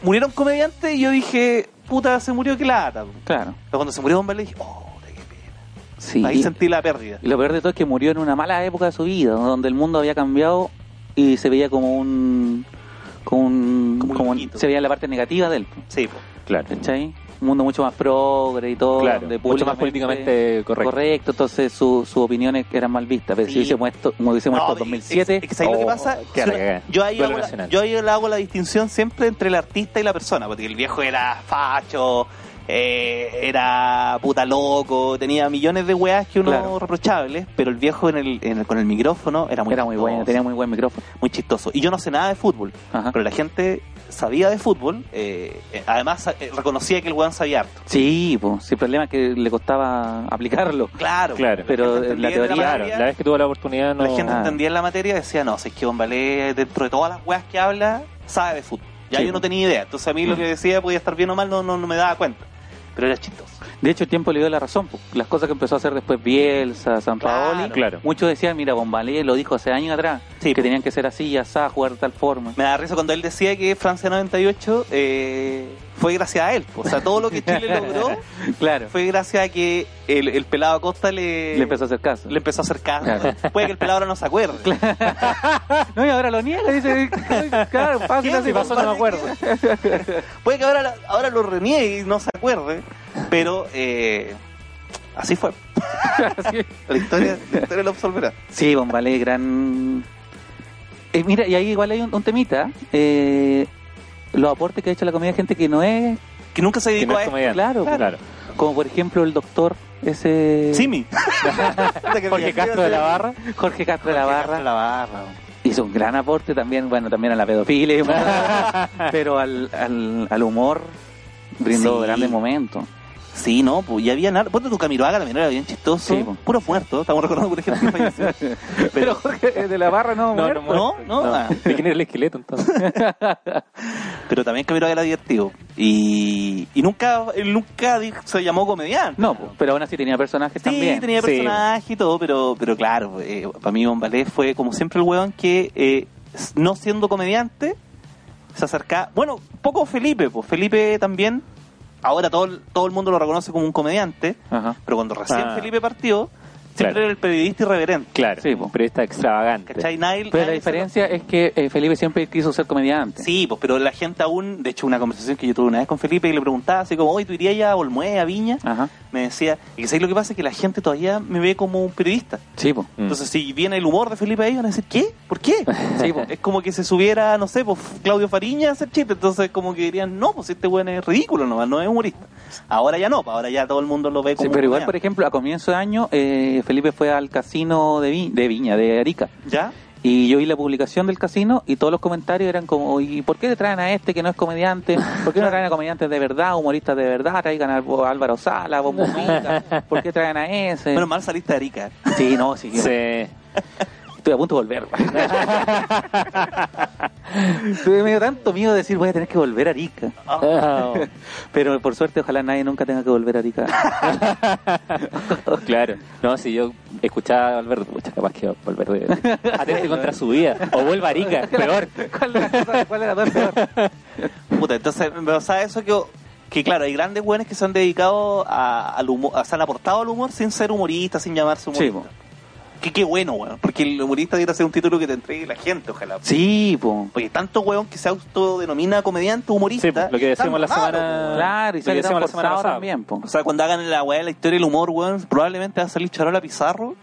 S2: murieron comediantes y yo dije, puta, se murió, qué lata. Pero
S3: Claro.
S2: cuando se murió Bombalé dije, oh, qué pena.
S3: Sí.
S2: Ahí sentí la pérdida.
S3: Y lo peor de todo es que murió en una mala época de su vida, donde el mundo había cambiado y se veía como un. Como un.
S2: Como un
S3: como un-
S2: loquito.
S3: se veía la parte negativa de él.
S2: Sí, po.
S1: Claro.
S3: ¿Cachai? Un mundo mucho más progre y todo.
S1: Claro,
S3: donde
S1: mucho más políticamente correcto.
S3: entonces su- sus opiniones eran mal vistas. Pero
S2: Sí.
S3: si hubiese muerto, como hubiese muerto en
S2: No,
S3: 2007.
S2: Es, es que ¿sabes lo que
S1: oh,
S2: pasa?
S1: qué
S2: Si una-
S1: arregada.
S2: yo, ahí
S1: Duelo
S2: hago la,
S1: nacional.
S2: yo ahí le hago la distinción siempre entre el artista y la persona, porque el viejo era facho, eh, era puta loco, tenía millones de weas que uno
S3: Claro.
S2: reprochables, pero el viejo en el, en el- con el micrófono era muy
S3: era muy
S2: chistoso,
S3: bueno, tenía Ah. muy buen micrófono.
S2: muy chistoso. Y yo no sé nada de fútbol,
S3: Ajá.
S2: pero la gente sabía de fútbol, eh, eh, además eh, reconocía que el weón sabía harto.
S3: Sí, pues, el problema es que le costaba aplicarlo.
S2: Claro,
S1: Claro.
S3: Pero
S2: gente
S3: la
S2: entendía de
S3: teoría-
S1: Claro,
S2: materia,
S1: la vez que tuvo la oportunidad no...
S2: La gente
S3: Ah.
S2: entendía la materia y decía, no, si es que Bombalé, dentro de todas las weas que habla, sabe de fútbol. Ya
S3: Sí,
S2: yo no
S3: pues.
S2: tenía idea. Entonces a mí lo que decía podía estar bien o mal, no, no, no me daba cuenta. Pero era chistoso.
S3: De hecho, el tiempo le dio la razón. po. Las cosas que empezó a hacer después Bielsa, San Paoli,
S1: Claro.
S3: muchos decían, mira, Bombalé lo dijo hace años atrás,
S2: Sí,
S3: que
S2: po.
S3: tenían que ser así, y asá, jugar de tal forma.
S2: Me da risa cuando él decía que Francia 98 eh, fue gracias a él. O sea, todo lo que Chile logró
S3: Claro.
S2: fue gracias a que el, el pelado Acosta le,
S3: Eh, Le empezó a hacer caso.
S2: le empezó a hacer caso. Puede que el pelado ahora no se acuerde.
S3: No, y ahora lo niega, dice, claro, fácil
S2: ¿Quién
S3: así.
S2: se
S1: pasó? No me acuerdo.
S2: Puede que ahora, ahora lo reniegue y no se acuerde. Pero eh, así fue. La historia, la historia lo absolverá.
S3: Sí, Bombalé, gran... Eh, mira, y ahí igual hay un, un temita, eh, los aportes que ha hecho la comedia de gente que no es,
S2: Que nunca se
S1: que
S2: dedicó
S1: no
S2: a
S1: es
S2: esto.
S1: comediante.
S3: claro, po.
S1: claro.
S3: como por ejemplo el doctor, ese...
S2: Simi. Hasta que
S1: Jorge
S2: me-
S1: Castro de la Barra.
S3: Jorge Castro de la
S2: Jorge
S3: Barra.
S2: Castro de la Barra.
S3: hizo un gran aporte también, bueno, también a la pedofilia, y un montón de cosas, pero al, al, al humor brindó
S2: Sí.
S3: grandes momentos.
S2: Sí, no, pues ya había nada. Ponte tu Camiroaga, también era bien chistoso.
S3: Sí, pues.
S2: Puros muertos, estamos recordando por ejemplo que falleció. Pero,
S3: Jorge de la barra no,
S1: muerto.
S2: no, no, ah.
S1: ¿De quién era el esqueleto entonces?
S2: pero también Camiroaga era divertido. Y, y nunca, él nunca di- se llamó comediante.
S3: No, po, pero aún así tenía personajes
S2: Sí,
S3: también.
S2: tenía
S1: sí.
S2: personaje y todo, pero, pero claro, eh, para mí Bombalé fue como siempre el weón que, eh, s- no siendo comediante, se acerca. Bueno, poco Felipe, pues Felipe también, ahora todo, el- todo el mundo lo reconoce como un comediante,
S3: Ajá.
S2: pero cuando recién
S1: Ah.
S2: Felipe partió, siempre
S1: Claro.
S2: era el periodista irreverente.
S1: Claro,
S3: Sí, po.
S1: pero está extravagante.
S2: ¿Cachai? Nadie-
S3: Pero la
S2: nadie se lo-
S3: diferencia es que eh, Felipe siempre quiso ser comediante.
S2: Sí, pues, pero la gente aún, de hecho, una conversación que yo tuve una vez con Felipe y le preguntaba así como, oye, ¿tú irías ya a Olmué, a Viña?
S3: Ajá.
S2: Me decía, y que ¿sabes lo que pasa? Es que la gente todavía me ve como un periodista.
S3: Sí, pues. po.
S1: Mm.
S2: Entonces, si viene el humor de Felipe ahí, van a decir, ¿qué? ¿Por qué?
S3: Sí, pues. po.
S2: Es como que se subiera, no sé, pues Claudio Fariña a hacer chiste. Entonces, como que dirían, no, pues este weón es ridículo nomás, no es humorista. Ahora ya no, pues, ahora ya todo el mundo lo ve como.
S3: Sí,
S2: un
S3: pero igual, por
S2: comediante.
S3: ejemplo, a comienzo de año, eh, Felipe fue al casino de, Vi- de Viña, de Arica.
S2: ¿Ya?
S3: Y yo vi la publicación del casino y todos los comentarios eran como, ¿y por qué le traen a este que no es comediante? ¿Por qué no traen a comediantes de verdad, humoristas de verdad? Traigan a Bo- Álvaro Sala, Bob Mujica, ¿por qué traen a ese?
S2: Menos mal saliste de Arica.
S3: sí, no, sí,
S1: Sí.
S3: estoy a punto de volver. Tuve medio tanto miedo de decir, voy a tener que volver a Arica. Ah,
S1: Oh,
S3: Pero por suerte, ojalá nadie nunca tenga que volver a Arica.
S1: claro. No, si yo escuchaba a Alberto, pucha, capaz que Valverde atente contra su vida. O vuelva a Arica, peor.
S3: ¿Cuál de las cosas- cuál de las dos es peor?
S2: Puta, entonces, pero ¿sabes eso? Que, que claro, hay grandes güeyes que se han dedicado a- al humor, o sea, han aportado al humor sin ser humoristas, sin llamarse
S3: Sí,
S2: humorista.
S3: po.
S2: que qué bueno, weón. Porque el humorista debería ser un título que te entregue la gente, ojalá.
S3: Sí, po.
S2: Porque tanto weón que se autodenomina comediante, humorista.
S1: Sí, po, lo que decíamos
S2: tan
S1: la
S2: raro,
S1: semana-
S2: po, weón.
S3: Claro, y
S1: Lo que
S3: sale tan
S1: decíamos la semana
S3: forzado
S1: pasada.
S3: también, po.
S2: O sea, cuando hagan la weá de la historia del humor, weón, probablemente va a salir Charola Pizarro.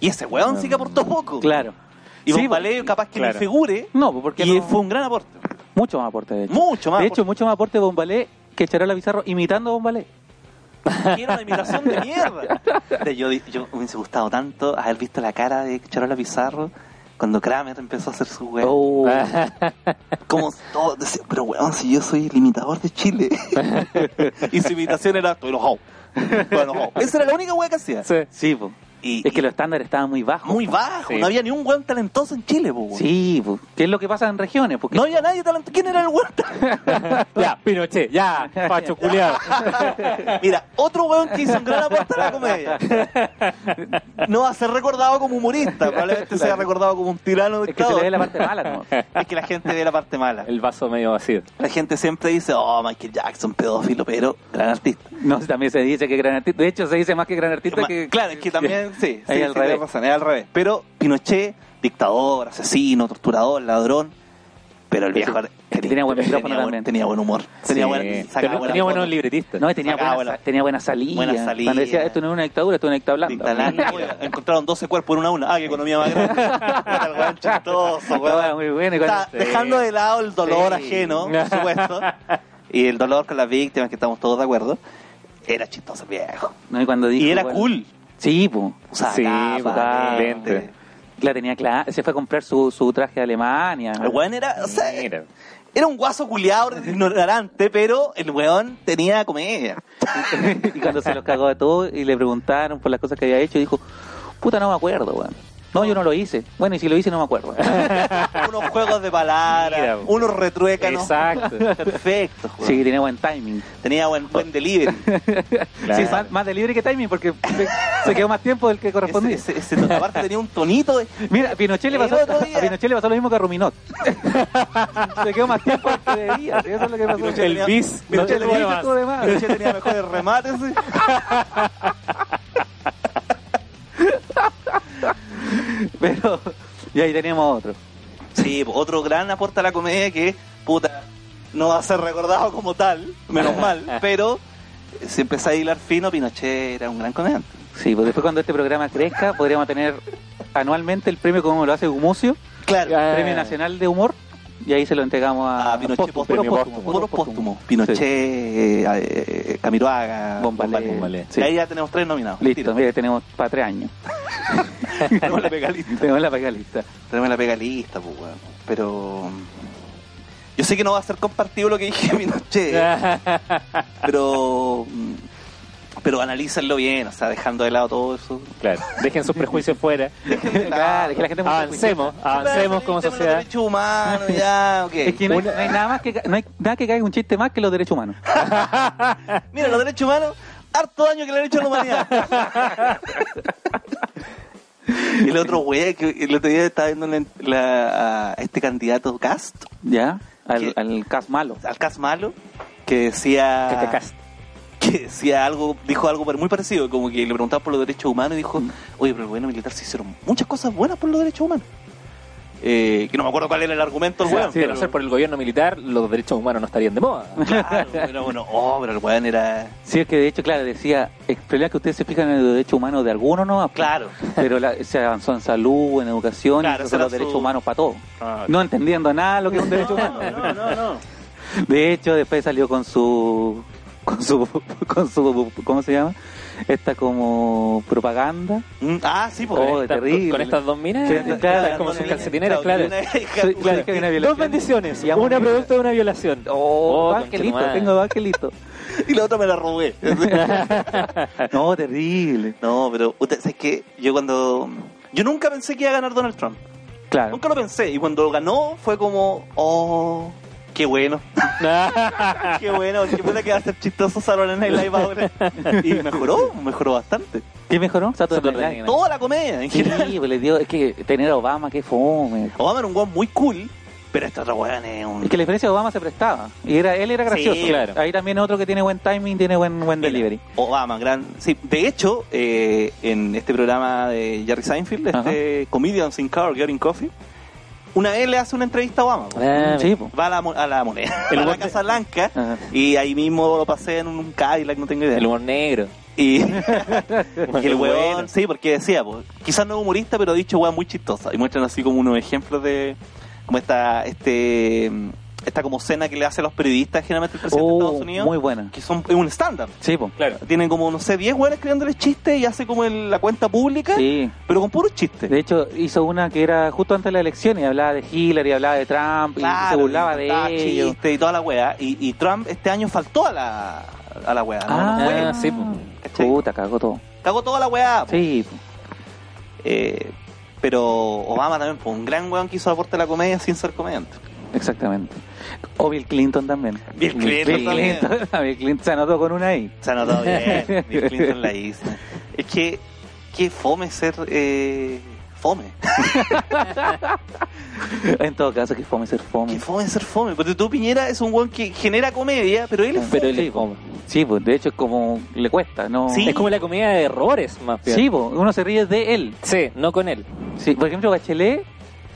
S2: Y ese weón sí que aportó poco.
S3: Claro.
S2: Y
S3: Sí,
S2: Von
S3: po.
S2: Valé capaz que
S1: claro.
S2: le figure.
S3: No, po, porque
S2: y
S3: no-
S2: fue un gran aporte.
S3: mucho más aporte, de hecho.
S2: Mucho más.
S3: de hecho, mucho más aporte Bombalé que Charola Pizarro imitando a Bombalé.
S2: porque era una imitación de mierda. Puta, Yo, yo me hubiese gustado tanto haber visto la cara de Charola Pizarro cuando Kramer empezó a hacer su weón.
S3: Oh.
S2: Como todo, decía, pero weón, si yo soy el imitador de Chile. y su imitación era, estoy enojado. Estoy enojado. Esa era la única weá que hacía.
S1: Sí.
S3: Sí, po.
S2: Y,
S3: Es que
S2: y
S3: los estándares estaban muy bajos.
S2: muy bajo,
S1: Sí.
S2: no había ni un weón talentoso en Chile, po, weón.
S3: Sí, po. ¿Qué es lo que pasa en regiones? Porque
S2: No había nadie talentoso. ¿Quién era el weón?
S1: Ya, Pinochet, ya, Pacho culiado.
S2: Mira, otro weón que hizo un gran aporte a la comedia. No va a ser recordado como humorista, probablemente sea recordado como un tirano
S3: es que se le ve
S2: dictador.
S3: la parte mala, ¿no?
S2: Es que la gente ve la parte mala.
S1: El vaso medio vacío.
S2: La gente siempre dice, oh, Michael Jackson, pedófilo, pero gran artista.
S3: No, también se dice que gran artista. De hecho, se dice más que gran artista
S2: Ma-
S3: que.
S2: claro, es que también, sí, sí,
S3: Ahí
S2: sí,
S3: al
S2: tenés
S3: revés.
S2: razón, es al revés. Pero Pinochet, dictador, asesino, torturador, ladrón. Pero el
S3: Sí,
S2: viejo
S3: sí. Este Tenía buen micrófono
S2: tenía buen-
S3: también.
S2: tenía buen humor. Tenía,
S1: Sí.
S2: buen, sacaba
S1: Pero
S2: buenas
S1: tenía buenos
S2: fotos.
S1: libretistas.
S3: No, y tenía
S2: Sacaba
S3: buena,
S2: buena-
S3: sa- tenía buena salida.
S2: Ah, buena salida.
S3: Cuando decía, esto no es una dictadura, esto es una dicta blanda.
S2: Dictalán, oiga, encontraron 12 cuerpos en una a una. Ah, qué economía más grande. Puta, el weón chistoso,
S3: Estaba
S2: weón.
S3: muy bueno. y
S2: Está
S3: cuando-
S2: dejando de lado el dolor
S3: Sí.
S2: ajeno, por supuesto. y el dolor con las víctimas, que estamos todos de acuerdo. Era chistoso el viejo.
S3: No, y cuando dijo,
S2: Y era
S3: bueno,
S2: cool.
S3: Sí, po.
S2: Usaba
S1: Sí,
S2: gafas,
S1: usaba
S2: lentes.
S1: lentes.
S3: La tenía clara. Se fue a comprar su, su traje de Alemania.
S2: El weón era, o sea,
S1: Mira.
S2: era un guaso culiado ignorante, pero el weón tenía comedia.
S3: y cuando se los cagó de todo y le preguntaron por las cosas que había hecho, dijo, puta, no me acuerdo, weón. No, yo no lo hice. Bueno, y si lo hice, no me acuerdo.
S2: Ah, unos juegos
S1: Mira,
S2: de palabras,
S1: po.
S2: unos retruécanos.
S1: Exacto.
S2: Perfecto, weón.
S3: sí, tenía buen timing.
S2: Tenía buen, buen delivery.
S1: Claro.
S3: Sí, más, más de libre que timing, porque se, se quedó más tiempo del que correspondía.
S2: Ese, ese- ese- aparte tenía un tonito de,
S3: Mira, a Pinochet, le pasó,
S2: El otro día-
S3: a Pinochet le pasó lo mismo que a Ruminot. se quedó más tiempo del que debía. sí, Eso es lo que pasó.
S1: Pinochet El
S2: tenía-
S1: bis,
S2: Pinochet
S3: Pinochet
S1: no
S3: le
S1: tenía
S3: hizo
S1: más.
S3: todo de más.
S2: Pinochet tenía mejores remates. sí.
S3: Pero, y ahí teníamos otro.
S2: Sí, po, otro gran aporte a la comedia que, puta, no va a ser recordado como tal, menos mal, pero eh, si empecé a hilar fino, Pinochet era un gran comediante.
S3: Sí, pues después cuando este programa crezca, podríamos tener anualmente el premio como lo hace Gumucio,
S2: Claro.
S1: Ah.
S3: Premio Nacional de Humor, y ahí se lo entregamos a,
S2: Ah, Pinochet
S3: póstumo,
S2: póstumo,
S3: puro
S1: premio
S3: póstumo,
S2: Puro póstumo. Pinochet,
S3: Sí.
S2: eh, eh, Camiroaga,
S3: Bombalé.
S1: Bombalé.
S3: Sí.
S2: Y ahí ya tenemos tres nominados.
S3: Listo,
S2: Tira.
S3: mira, tenemos para tres años.
S2: Tenemos la pega lista.
S3: tenemos la paga lista.
S2: Tenemos la pega lista, po, weón. Pero. Yo sé que no va a ser compartido lo que dije de Pinochet, pero. Pero analízalo bien, o sea, dejando de lado todo eso.
S1: Claro, dejen sus prejuicios fuera.
S3: Claro, es que la gente es muy
S1: Avancemos, avancemos como sociedad.
S2: derechos humanos, ya, ok.
S3: Es que no hay, no hay nada más que ca- no hay nada que caiga un chiste más que los derechos humanos.
S2: Mira, los derechos humanos, harto daño que le han hecho a la humanidad. Y el otro güey, que el otro día estaba viendo la, la- a este candidato Cast,
S3: ¿Ya? Al,
S2: ¿Qué?
S3: al cas malo.
S2: al Cast malo, que decía...
S1: Que te cast.
S2: que decía algo, dijo algo pero muy parecido, como que le preguntaban por los derechos humanos
S1: Mm.
S2: y dijo, oye, pero el gobierno militar se hicieron muchas cosas buenas por los derechos humanos. Eh, que no me acuerdo cuál era el argumento
S1: O
S2: del
S1: sea,
S2: weón.
S1: si de no ser por el gobierno militar, los derechos humanos no estarían de moda.
S2: Claro, pero bueno, oh, pero el weón era...
S3: Sí, es que de hecho, claro, decía, es problema que ustedes se fijan en los derechos humanos de algunos, ¿no?
S2: Claro.
S3: Pero la- se avanzó en salud, en educación,
S2: Claro,
S3: y esos
S2: ese
S3: son
S2: era
S3: los derechos
S2: su-
S3: humanos para todos.
S2: Ah.
S3: No entendiendo nada lo que es un derecho humano.
S2: no, no, no.
S3: De hecho, después salió con su con su, con su, ¿cómo se llama? Esta como propaganda.
S2: Mm, Ah, sí, pues.
S3: Oh,
S1: con, estas-
S3: terrible.
S1: con estas dos minas,
S3: Sí,
S1: claro,
S3: claro,
S1: como
S3: dos
S1: sus
S3: minas,
S1: calcetineras, claro.
S3: Soy- claro, que hay una
S1: Dos
S3: violación.
S1: bendiciones,
S3: Y amo
S1: una
S3: mi vida.
S1: producto de una violación.
S3: Oh,
S1: Oh,
S3: dos angelitos,
S1: conchetumare.
S3: tengo dos angelitos.
S2: Y la otra me la robé.
S3: No, terrible.
S2: no, pero, usted, ¿sabes qué? Yo cuando. Yo nunca pensé que iba a ganar Donald Trump.
S3: Claro.
S2: Nunca lo pensé. Y cuando ganó, fue como, oh, qué bueno. Qué bueno, porque puta que va a ser chistoso Saturday Night Live ahora. Y mejoró, mejoró bastante.
S3: ¿Qué mejoró? Saturday
S1: Saturday
S3: Night.
S1: Night.
S2: Toda la comedia en
S3: Sí,
S2: general.
S3: pues les digo, es que tener a Obama, qué fome.
S2: Obama era un weón muy cool, pero esta otra weón es un.
S3: Es que la diferencia de Obama se prestaba. Y era, él era
S2: Sí,
S3: gracioso.
S1: claro.
S3: Ahí también otro que tiene buen timing, tiene buen, buen
S2: Mira,
S3: delivery.
S2: Obama, gran. Sí, de hecho, eh, en este programa de Jerry Seinfeld, este Comedians in Car Getting Coffee, una vez le hace una entrevista a Obama. po.
S1: Ah,
S3: sí, po.
S2: Va a la, mo- a la moneda,
S1: El
S2: a la
S1: borde-
S2: Casa Blanca,
S3: Ajá.
S2: y ahí mismo lo pasé en un Cadillac, no tengo idea.
S1: El humor negro.
S2: Y, y
S1: Qué
S2: el huevón,
S1: bueno.
S2: sí, porque decía, pues, quizás no es humorista, pero ha dicho weón muy chistosa. Y muestran así como unos ejemplos de como esta, este, esta como cena que le hace a los periodistas generalmente el presidente de
S3: Oh,
S2: Estados Unidos,
S3: muy buena.
S2: que son es un estándar.
S3: Sí, pues. po.
S1: Claro.
S2: Tienen como, no sé, 10 weones creándole chistes y hace como el- la cuenta pública,
S3: Sí.
S2: pero con puros chistes.
S3: De hecho, hizo una que era justo antes de la elección y hablaba de Hillary, hablaba de Trump y se burlaba de
S2: inventaba
S3: ellos.
S2: chistes y toda la weá. Y, y Trump este año faltó a la, a la weá. ¿no?
S3: Ah, pues.
S2: No fue,
S1: Ah, sí, po.
S2: ¿cachai?
S3: Puta, cagó todo.
S2: Cagó toda la weá. po.
S3: Sí, pues. po.
S2: Eh, pero Obama también fue un gran weón que hizo aporte a la comedia sin ser comediante.
S3: exactamente. O Bill Clinton también.
S2: Bill Clinton también.
S3: Clinton, Bill Clinton se anotó con una ahí.
S2: Se ha notado bien. Bill Clinton la hizo. Es que, qué fome ser eh, fome.
S3: En todo caso, que fome ser
S2: Qué
S3: fome.
S2: fome ser fome. Porque tú Piñera es un weón que genera comedia, pero él es
S1: Pero
S2: fome.
S1: el
S3: Sí, po. Sí, pues de hecho es como le cuesta, ¿no?
S2: Sí. pues,
S1: Es como la comedia de errores, más bien.
S3: Sí, po, uno se ríe de él.
S1: Sí, no con él.
S3: Sí, por ejemplo, Bachelet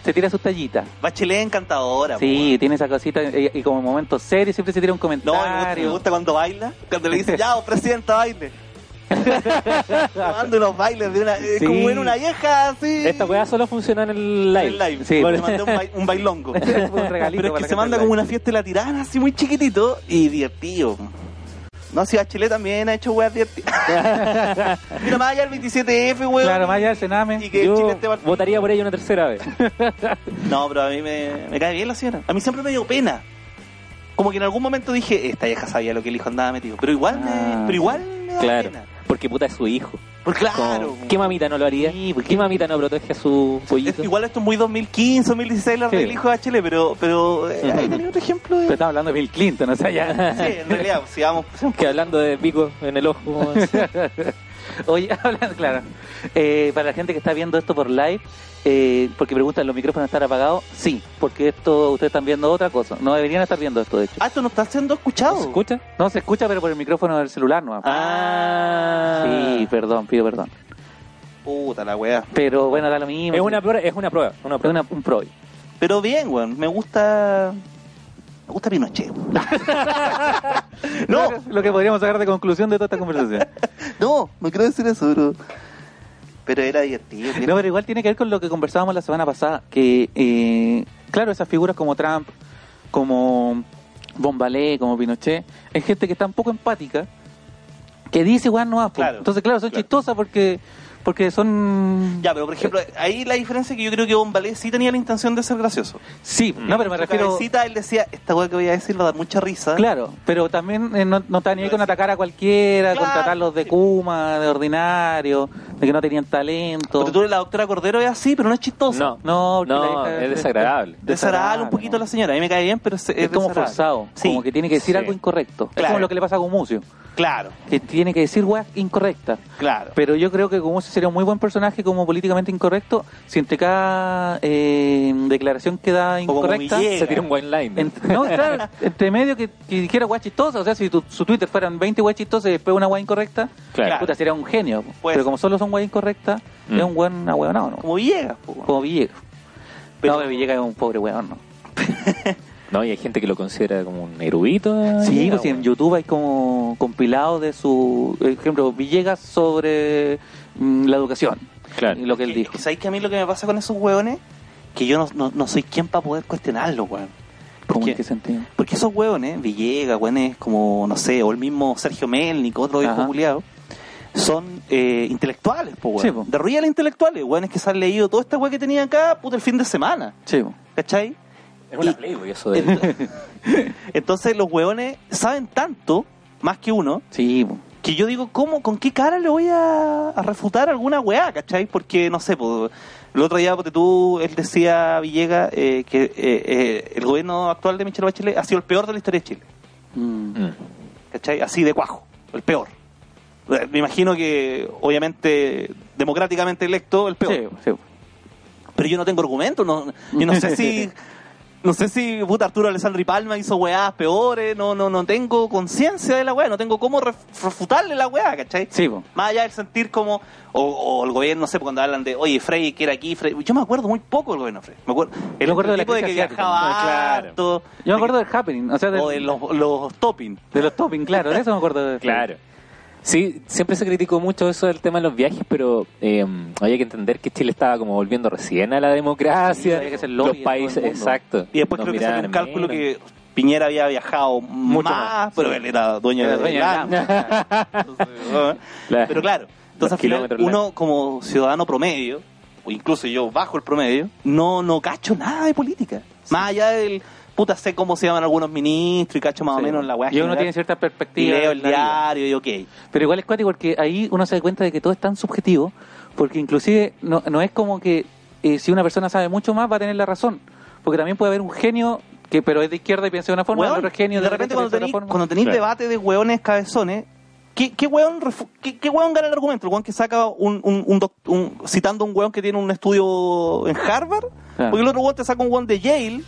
S3: se tira sus tallitas.
S2: Bachelet es encantadora. po,
S3: Sí,
S2: weón.
S3: tiene esa cosita y, y como en momentos serios siempre se tira un
S2: pues, No, me gusta, me
S3: comentario.
S2: gusta cuando baila. Cuando le dice, ya, oh, presidenta, baile. Tomando unos bailes de una. Es
S3: Sí.
S2: como en una vieja así.
S1: Esta weá solo funcionó en el live.
S2: En live.
S3: Sí.
S2: Le mandé un, bai- un bailongo.
S3: un regalito
S2: Pero
S3: para
S2: es
S3: la
S2: que se manda
S3: Catalina.
S2: como una fiesta de la tirana, así muy chiquitito y divertido. No, si Bachelet también ha hecho weas divertidas. Mira, más allá del 27F, weón.
S3: Claro, más allá del
S2: Y
S3: Sename.
S2: que Chile
S1: Yo
S2: esté partido.
S1: votaría por ella una tercera vez.
S2: No, pero a mí me, me cae bien la señora. A mí siempre me dio pena. Como que en algún momento dije, esta vieja sabía lo que el hijo andaba metido. Pero igual
S3: Ah,
S2: me, pero igual me da
S1: Claro.
S2: pena.
S1: Porque puta es su hijo.
S2: Porque claro.
S1: Como, ¿Qué mamita no lo haría?
S3: Sí, pues,
S1: ¿Qué mamita no protege a su
S2: es-
S1: pollito?
S2: igual esto es muy 2015, 2016 la
S3: Sí.
S2: del hijo de Bachelet, pero, pero eh, ahí tenía otro ejemplo
S3: Pero
S2: de...
S3: estamos hablando de Bill Clinton, o sea, ya.
S2: Sí, en realidad, pues, si vamos...
S1: Que hablando de pico en el ojo.
S3: Oye, hablando, claro. Eh, para la gente que está viendo esto por live, eh, porque preguntan, ¿los micrófonos están apagados? Sí, porque esto, ustedes están viendo otra cosa. No deberían estar viendo esto, de hecho.
S2: Ah, esto no está siendo
S1: ¿Se
S2: escuchado.
S1: escucha?
S3: No, se escucha, pero por el micrófono del celular, ¿no?
S1: Ah.
S3: Sí, perdón, pido perdón.
S2: Puta la weá.
S3: Pero bueno, da lo mismo.
S1: Es una, prueba- es una prueba. Una
S3: Es
S1: prueba.
S3: una- un pro.
S2: Pero bien, weón, me gusta. Me gusta Pinochet. weón. no,
S3: Lo que podríamos sacar de conclusión de toda esta conversación.
S2: no, no quiero decir eso, bro. Pero era divertido.
S3: No, pero igual tiene que ver con lo que conversábamos la semana pasada, que eh, claro, esas figuras como Trump, como Bombalé, como Pinochet, es gente que está un poco empática, que dice weón no más. po".
S2: Claro,
S3: Entonces, claro, son
S2: claro.
S3: chistosas porque porque son...
S2: Ya, pero por ejemplo, ahí la diferencia es que yo creo que Bombalé sí tenía la intención de ser gracioso.
S3: Sí, no, pero me
S2: Su
S3: refiero...
S2: cabecita, él decía, esta weá que voy a decir va a dar mucha risa.
S3: Claro, pero también eh, no, no está ni ahí con atacar a cualquiera,
S2: Claro,
S3: con tratarlos de
S2: sí.
S3: Kuma, de ordinario, de que no tenían talento.
S2: Porque tú la doctora Cordero es así, pero no es chistosa.
S1: No,
S3: No, porque
S1: No,
S3: la hija-
S1: es desagradable.
S2: Desagradable un poquito a la señora, a mí me cae bien, pero es, es
S3: es como
S2: desagradable.
S3: forzado,
S2: Sí,
S3: como que tiene que decir
S1: Sí.
S3: algo incorrecto. Es
S2: Claro.
S3: como lo que le pasa a Gumucio,
S2: claro,
S3: que tiene que decir weas incorrectas.
S2: claro.
S3: Pero yo creo que Gumucio sería un muy buen personaje como políticamente incorrecto, si entre cada eh, declaración que da
S2: como
S3: incorrecta...
S2: Villegas.
S1: Se tira un wine line.
S3: ent- no, claro, entre medio que, que dijera weas chistosas, o sea, si tu- su Twitter fueran 20 weas chistosas y después una wea incorrecta,
S1: Claro.
S3: puta, sería un genio. po.
S2: Pues-
S3: Pero como solo son weas incorrectas,
S1: Mm.
S3: es un buen ahueonado, ¿no?
S2: Como Villegas, po, weón.
S3: Como Villegas.
S2: Pero-
S3: No, pero Villegas es un pobre weón, ¿no?
S1: No, y hay gente que lo considera como un erudito.
S3: Sí,
S1: Ya,
S3: pues si en
S1: weón.
S3: YouTube hay como compilados de su, por ejemplo, Villegas sobre mm, la educación,
S1: Claro.
S3: y lo que él
S2: Que-
S3: dijo.
S2: que ¿Sabes que a mí lo que me pasa con esos hueones? Que yo no, no, no soy quien para poder cuestionarlo, weón.
S3: ¿Cómo en
S2: Porque-
S3: qué sentido?
S2: Porque esos hueones, Villegas, hueones como, no sé, o el mismo Sergio Melnik, otro
S3: Ajá.
S2: viejo culiado, son eh, intelectuales, po,
S3: Sí,
S2: hueón.
S3: po.
S2: De real intelectuales, hueones que se han leído toda esta hueá que tenía acá, puta, el fin de semana.
S3: Sí, po.
S2: ¿Cachai?
S1: Es una
S2: Y-
S1: Playboy eso de...
S2: Ent- Entonces los hueones saben tanto, más que uno,
S3: sí, po.
S2: que yo digo, ¿cómo, con qué cara le voy a, a refutar alguna weá, cachai? Porque, no sé, po, el otro día, porque tú, él decía, Villegas, eh, que eh, eh, el gobierno actual de Michelle Bachelet ha sido el peor de la historia de Chile,
S3: Mm.
S1: Mm.
S2: ¿cachai? Así de cuajo, el peor. Eh, Me imagino que, obviamente, democráticamente electo, el peor.
S3: Sí, po, sí, po.
S2: Pero yo no tengo argumentos, no, yo no sé si... No sé si puta Arturo Alessandri Palma hizo weás peores, no, no, no tengo conciencia de la weá, no tengo cómo ref- refutarle la weá, ¿cachai?
S3: Sí, po.
S2: Más allá del sentir como, o, o el gobierno, no sé, cuando hablan de, oye, Frey, que era aquí, Frey. Yo me acuerdo muy poco del gobierno Frey. Me acuerdo, el
S3: me acuerdo de la
S2: tipo de, que
S3: crisis asiática.
S2: viajaba
S1: Ah, claro.
S2: harto,
S3: Yo me
S2: de
S3: acuerdo del happening, o sea,
S2: que-
S3: del-
S2: o de los, los topping.
S3: de los topping, claro, de eso me acuerdo. de-
S1: Claro. Sí, siempre se criticó mucho eso del tema de los viajes, pero eh, había que entender que Chile estaba como volviendo recién a la
S3: Sí,
S1: democracia.
S3: había que hacer lobby
S1: los
S3: en todo el
S1: países,
S3: mundo.
S1: exacto.
S2: Y después
S1: nos
S2: creo que salió un
S1: miraban
S2: cálculo
S1: menos.
S2: que Piñera había viajado
S3: Mucho
S2: más,
S3: más,
S2: pero
S3: sí.
S2: él era dueño
S3: Era
S2: de
S3: dueño de la-
S2: Irlanda. Entonces, ¿no?
S1: Claro.
S2: Pero claro,
S1: Los
S2: entonces al final,
S1: kilómetros
S2: uno como ciudadano promedio, o incluso yo bajo el promedio, no, no cacho nada de política. Más allá del puta sé cómo se llaman algunos ministros y cacho más
S3: Sí,
S2: o menos la weá.
S3: Y uno
S2: general.
S3: tiene cierta
S2: y
S3: perspectiva.
S2: leo el
S3: de la vida.
S2: diario y ok.
S3: Pero igual es cuático porque ahí uno se da cuenta de que todo es tan subjetivo, porque inclusive no, no es como que eh, si una persona sabe mucho más va a tener la razón, porque también puede haber un genio que pero es de izquierda y piensa de una forma,
S2: Weón,
S3: el otro genio
S2: de repente cuando
S3: derecha
S2: tenéis
S3: piensa de otra
S2: cuando tenéis
S1: Claro.
S2: debate de hueones cabezones, ¿qué, qué, hueón, refu- qué, qué hueón gana el argumento? ¿El hueón que saca un, un, un doc- un- citando un hueón que tiene un estudio en Harvard?
S3: Claro.
S2: Porque el otro hueón te saca un hueón de Yale